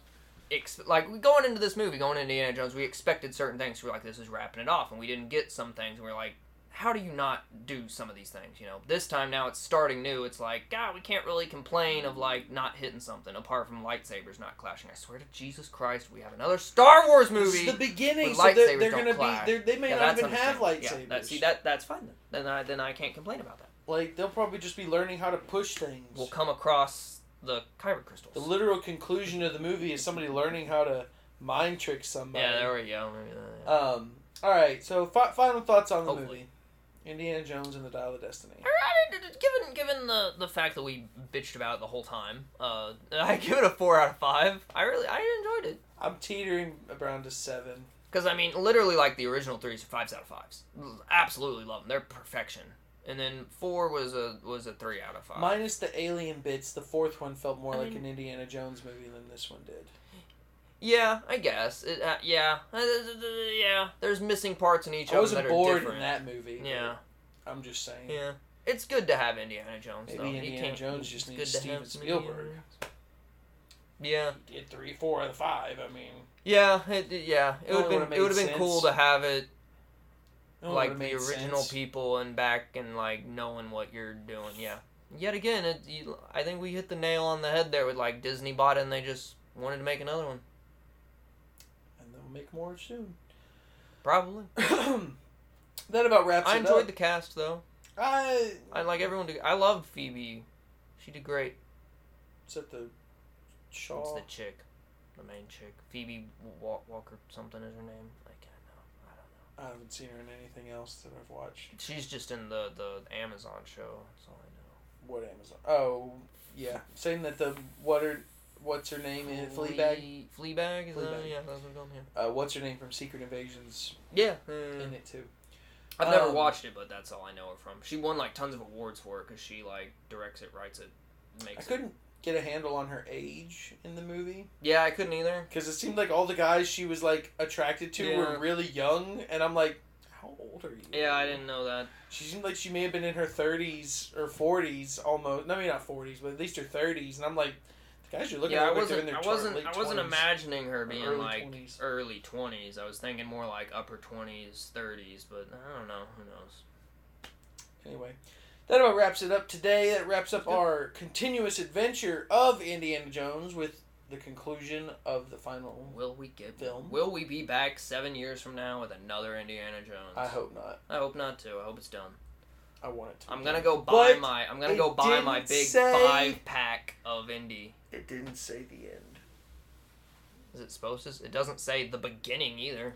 Speaker 2: ex- like we going into this movie, going into Indiana Jones, we expected certain things. We were like, this is wrapping it off, and we didn't get some things. And we are like, how do you not do some of these things? You know, this time now it's starting new. It's like, God, we can't really complain of like not hitting something apart from lightsabers not clashing. I swear to Jesus Christ, we have another Star Wars
Speaker 1: This
Speaker 2: movie.
Speaker 1: is the beginning,
Speaker 2: with
Speaker 1: so they're,
Speaker 2: lightsabers
Speaker 1: they're
Speaker 2: don't
Speaker 1: gonna
Speaker 2: clash.
Speaker 1: be. They're, they may
Speaker 2: Yeah,
Speaker 1: not
Speaker 2: that's
Speaker 1: even have lightsabers.
Speaker 2: understandable. Yeah, that, see, that that's fine. Then then I, then I can't complain about that.
Speaker 1: like they'll probably just be learning how to push things.
Speaker 2: We'll come across the kyber
Speaker 1: the
Speaker 2: crystals.
Speaker 1: literal conclusion of the movie is somebody learning how to mind trick somebody.
Speaker 2: Yeah, there we go. Maybe, uh,
Speaker 1: Um. All right. So fi- final thoughts on the
Speaker 2: Hopefully.
Speaker 1: movie: Indiana Jones and the Dial of Destiny.
Speaker 2: I- I- Given given the, the fact that we bitched about it the whole time, uh, [LAUGHS] I give it a four out of five. I really I enjoyed it
Speaker 1: I'm teetering around to seven.
Speaker 2: because I mean literally like the original threes are fives out of fives. Absolutely love them. They're perfection. And then four was a was a three out of five.
Speaker 1: Minus the alien bits, the fourth one felt more
Speaker 2: I
Speaker 1: like
Speaker 2: mean-
Speaker 1: an Indiana Jones movie than this one did.
Speaker 2: yeah, I guess. It, uh, yeah, Uh, yeah. There's missing parts in each
Speaker 1: I
Speaker 2: of them
Speaker 1: wasn't
Speaker 2: that are
Speaker 1: bored
Speaker 2: different.
Speaker 1: in that movie. but
Speaker 2: Yeah,
Speaker 1: I'm just saying.
Speaker 2: yeah. It's good to have Indiana Jones.
Speaker 1: Maybe
Speaker 2: though. You
Speaker 1: Indiana
Speaker 2: can't-
Speaker 1: Jones just
Speaker 2: it's
Speaker 1: needs
Speaker 2: good to
Speaker 1: Steven
Speaker 2: have some Indiana
Speaker 1: Spielberg.
Speaker 2: Jones. Yeah.
Speaker 1: He did three, four out of five. I mean,
Speaker 2: Yeah, it, it- yeah. It
Speaker 1: Only
Speaker 2: would have
Speaker 1: would've
Speaker 2: been
Speaker 1: made
Speaker 2: it would have been cool
Speaker 1: sense.
Speaker 2: to have it
Speaker 1: no one
Speaker 2: like
Speaker 1: would've
Speaker 2: the
Speaker 1: made
Speaker 2: original
Speaker 1: sense.
Speaker 2: people and back and like knowing what you're doing. Yeah. Yet again, it, you, I think we hit the nail on the head there with like Disney bought it and they just wanted to make another one.
Speaker 1: And they'll make more soon. [CLEARS THROAT]
Speaker 2: Probably.
Speaker 1: that about wraps
Speaker 2: I
Speaker 1: it
Speaker 2: enjoyed
Speaker 1: up.
Speaker 2: the cast though.
Speaker 1: I
Speaker 2: I like everyone. Did, I love Phoebe. She did great.
Speaker 1: is that the
Speaker 2: It's
Speaker 1: Shaw?
Speaker 2: the chick, the main chick, Phoebe Wa- Walker something is her name. I can't know. I don't know.
Speaker 1: I haven't seen her in anything else that I've watched.
Speaker 2: She's just in the the Amazon show. That's all I know.
Speaker 1: What Amazon? Oh, yeah. Saying that the what her what's her name in Fleabag?
Speaker 2: Flea- Fleabag is that?
Speaker 1: Fleabag.
Speaker 2: Yeah, that's what it's called. Yeah.
Speaker 1: Uh, what's her name from Secret Invasion's
Speaker 2: Yeah.
Speaker 1: in it too?
Speaker 2: I've never
Speaker 1: Um,
Speaker 2: watched it, but that's all I know her from. She won like tons of awards for it because she like directs it, writes it,
Speaker 1: I
Speaker 2: makes it.
Speaker 1: couldn't get a handle on her age in the movie
Speaker 2: Yeah, I couldn't either.
Speaker 1: because it seemed like all the guys she was like attracted to
Speaker 2: Yeah.
Speaker 1: were really young, and I'm like, how old are you?
Speaker 2: Yeah, I didn't know that.
Speaker 1: She seemed like she may have been in her 30s or 40s almost. No, maybe not 40s, but at least her 30s. And I'm like, the guys you're looking
Speaker 2: yeah, I
Speaker 1: at like they're in
Speaker 2: wasn't.
Speaker 1: their
Speaker 2: I
Speaker 1: tw-
Speaker 2: wasn't.
Speaker 1: late
Speaker 2: I wasn't
Speaker 1: 20s.
Speaker 2: imagining her
Speaker 1: or
Speaker 2: being
Speaker 1: early
Speaker 2: like
Speaker 1: 20s.
Speaker 2: early twenties. I was thinking more like upper twenties, thirties. But I don't know. Who knows?
Speaker 1: Anyway, that about wraps it up today. That wraps up our continuous adventure of Indiana Jones with the conclusion of the final.
Speaker 2: Will we get
Speaker 1: Film.
Speaker 2: Will we be back seven years from now with another Indiana Jones?
Speaker 1: I hope not.
Speaker 2: I hope not too. I hope it's done.
Speaker 1: I want it to.
Speaker 2: I'm
Speaker 1: be
Speaker 2: gonna
Speaker 1: done.
Speaker 2: go buy
Speaker 1: But
Speaker 2: my. I'm gonna
Speaker 1: it
Speaker 2: go buy my
Speaker 1: didn't
Speaker 2: big
Speaker 1: say-
Speaker 2: five pack of indie.
Speaker 1: It didn't say the end.
Speaker 2: Is it supposed to? s- It doesn't say the beginning either.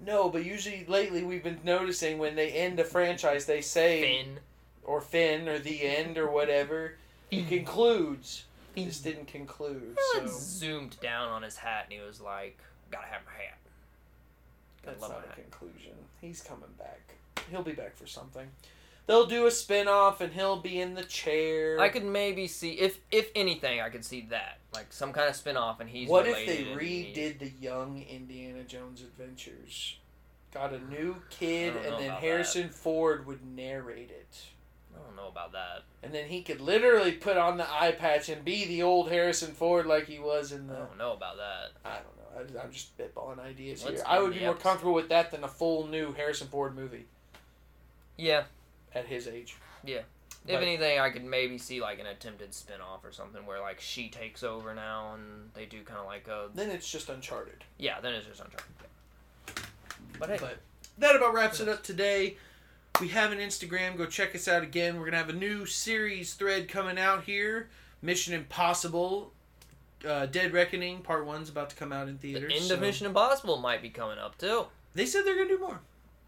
Speaker 1: No, but usually lately we've been noticing when they end a franchise, they say
Speaker 2: Finn.
Speaker 1: or Finn or the end or whatever. It concludes. This didn't conclude. So
Speaker 2: Everyone zoomed down on his hat and he was like, "Gotta have my hat."
Speaker 1: that's
Speaker 2: love
Speaker 1: not
Speaker 2: that.
Speaker 1: a conclusion. He's coming back. He'll be back for something. They'll do a spin off and he'll be in the chair.
Speaker 2: I could maybe see if if anything, I could see that like some kind of spin off and he's.
Speaker 1: what if they
Speaker 2: related and he-
Speaker 1: redid the young Indiana Jones adventures? Got a new kid
Speaker 2: I don't know
Speaker 1: and then
Speaker 2: about
Speaker 1: Harrison Ford would narrate it.
Speaker 2: I don't know about that.
Speaker 1: And then he could literally put on the eye patch and be the old Harrison Ford like he was in
Speaker 2: I
Speaker 1: the.
Speaker 2: don't know about that.
Speaker 1: I don't know. I, I'm just spitballing ideas
Speaker 2: Let's
Speaker 1: here. I
Speaker 2: end
Speaker 1: would
Speaker 2: the
Speaker 1: be more
Speaker 2: episode.
Speaker 1: comfortable with that than a full new Harrison Ford movie
Speaker 2: Yeah.
Speaker 1: at his age.
Speaker 2: If
Speaker 1: But-
Speaker 2: anything, I could maybe see like an attempted spin off or something where like she takes over now and they do kind of like a
Speaker 1: Then it's just Uncharted.
Speaker 2: yeah. Then it's just Uncharted. But hey,
Speaker 1: But that about wraps it up today. We have an Instagram. Go check us out again. We're gonna have a new series thread coming out here. Mission Impossible, uh, Dead Reckoning Part One's about to come out in
Speaker 2: the
Speaker 1: theaters.
Speaker 2: end
Speaker 1: so-
Speaker 2: of Mission Impossible might be coming up too.
Speaker 1: They said they're gonna do more.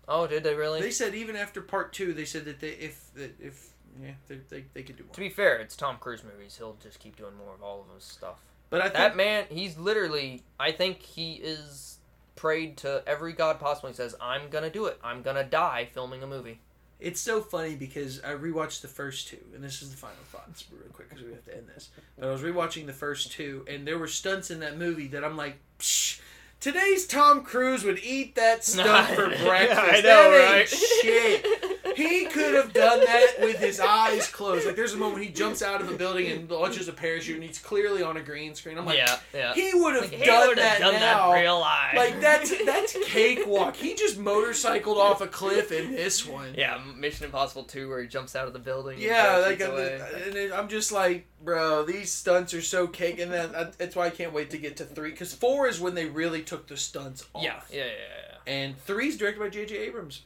Speaker 2: Oh, did they really?
Speaker 1: They said even after Part Two, they said that they if that if yeah they, they, they could do
Speaker 2: To
Speaker 1: more.
Speaker 2: be fair, it's Tom Cruise movies. He'll just keep doing more of all of his stuff.
Speaker 1: But I think
Speaker 2: That man, he's literally. I think he is prayed to every god possible. He says, "I'm gonna do it. I'm gonna die filming
Speaker 1: [LAUGHS]
Speaker 2: a movie."
Speaker 1: It's so funny because I rewatched the first two, and this is the final thoughts, real quick, because we have to end this. But I was rewatching the first two, and there were stunts in that movie that I'm like, Psh,
Speaker 2: [LAUGHS]
Speaker 1: today's Tom Cruise would eat that stunt for breakfast.
Speaker 2: I know,
Speaker 1: that ain't
Speaker 2: right?
Speaker 1: shit. He could have done that with his eyes closed. Like there's a moment he jumps out of a building and launches a parachute, and he's clearly on a green screen. I'm like,
Speaker 2: yeah, yeah.
Speaker 1: he would have
Speaker 2: Like, he
Speaker 1: done,
Speaker 2: would've
Speaker 1: that,
Speaker 2: done
Speaker 1: now.
Speaker 2: that real life.
Speaker 1: Like
Speaker 2: [LAUGHS]
Speaker 1: that's that's cakewalk. He just motorcycled off a cliff in this one.
Speaker 2: Yeah, Mission Impossible 2 where he jumps out of the building. and
Speaker 1: Yeah, like
Speaker 2: parachutes
Speaker 1: I'm,
Speaker 2: away.
Speaker 1: and it- I'm just like, bro, these stunts are so cake, and that I, that's why I can't wait to get to three because four is when they really took the stunts off.
Speaker 2: yeah, yeah, yeah, yeah.
Speaker 1: and three's directed by J.J. Abrams.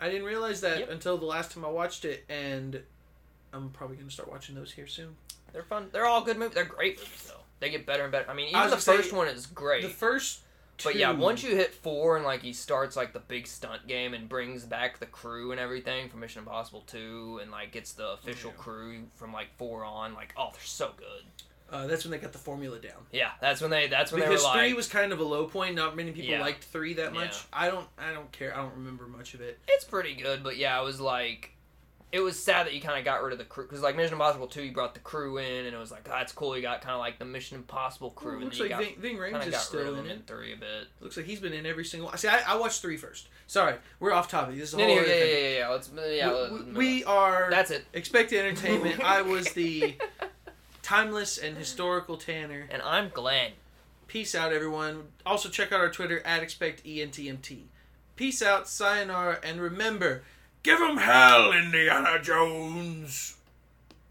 Speaker 1: I didn't realize that
Speaker 2: Yep.
Speaker 1: until the last time I watched it, and I'm probably gonna start watching those here soon.
Speaker 2: They're fun. They're all good movies. They're great movies though. They get better and better. I mean,
Speaker 1: I
Speaker 2: even
Speaker 1: was
Speaker 2: the
Speaker 1: gonna say,
Speaker 2: first one is great.
Speaker 1: The first, two,
Speaker 2: But yeah, once you hit four and like he starts like the big stunt game and brings back the crew and everything from Mission Impossible two and like gets the official
Speaker 1: Yeah.
Speaker 2: crew from like four on, like oh they're so good.
Speaker 1: uh, that's when they got the formula down.
Speaker 2: Yeah, that's when they that's when
Speaker 1: Because
Speaker 2: they were
Speaker 1: three
Speaker 2: like
Speaker 1: was kind of a low point. Not many people
Speaker 2: Yeah.
Speaker 1: liked three that much.
Speaker 2: Yeah.
Speaker 1: I don't. I don't care. I don't remember much of it.
Speaker 2: it's pretty good. But yeah, it was like it was sad that you kind of got rid of the crew because like Mission Impossible two you brought the crew in and it was like oh, that's cool. You got kind of like the Mission Impossible crew and
Speaker 1: looks
Speaker 2: then you
Speaker 1: like
Speaker 2: got
Speaker 1: Ving, Ving
Speaker 2: kind
Speaker 1: Rhames
Speaker 2: of
Speaker 1: is
Speaker 2: got rid of
Speaker 1: still
Speaker 2: them
Speaker 1: in
Speaker 2: in
Speaker 1: it.
Speaker 2: three a bit.
Speaker 1: Looks like he's been in every single. See, I, I watched three first. Sorry, we're off topic. This is a
Speaker 2: Yeah,
Speaker 1: whole
Speaker 2: yeah,
Speaker 1: other
Speaker 2: yeah, yeah,
Speaker 1: thing.
Speaker 2: yeah, yeah. Let's yeah.
Speaker 1: We-
Speaker 2: let's
Speaker 1: we,
Speaker 2: move
Speaker 1: we are
Speaker 2: on. that's it.
Speaker 1: expect entertainment. I was
Speaker 2: [LAUGHS]
Speaker 1: the timeless and historical Tanner.
Speaker 2: and I'm Glenn.
Speaker 1: Peace out, everyone. Also, check out our Twitter at ExpectENTMT. Peace out, sayonara, and remember, give 'em hell, Indiana Jones!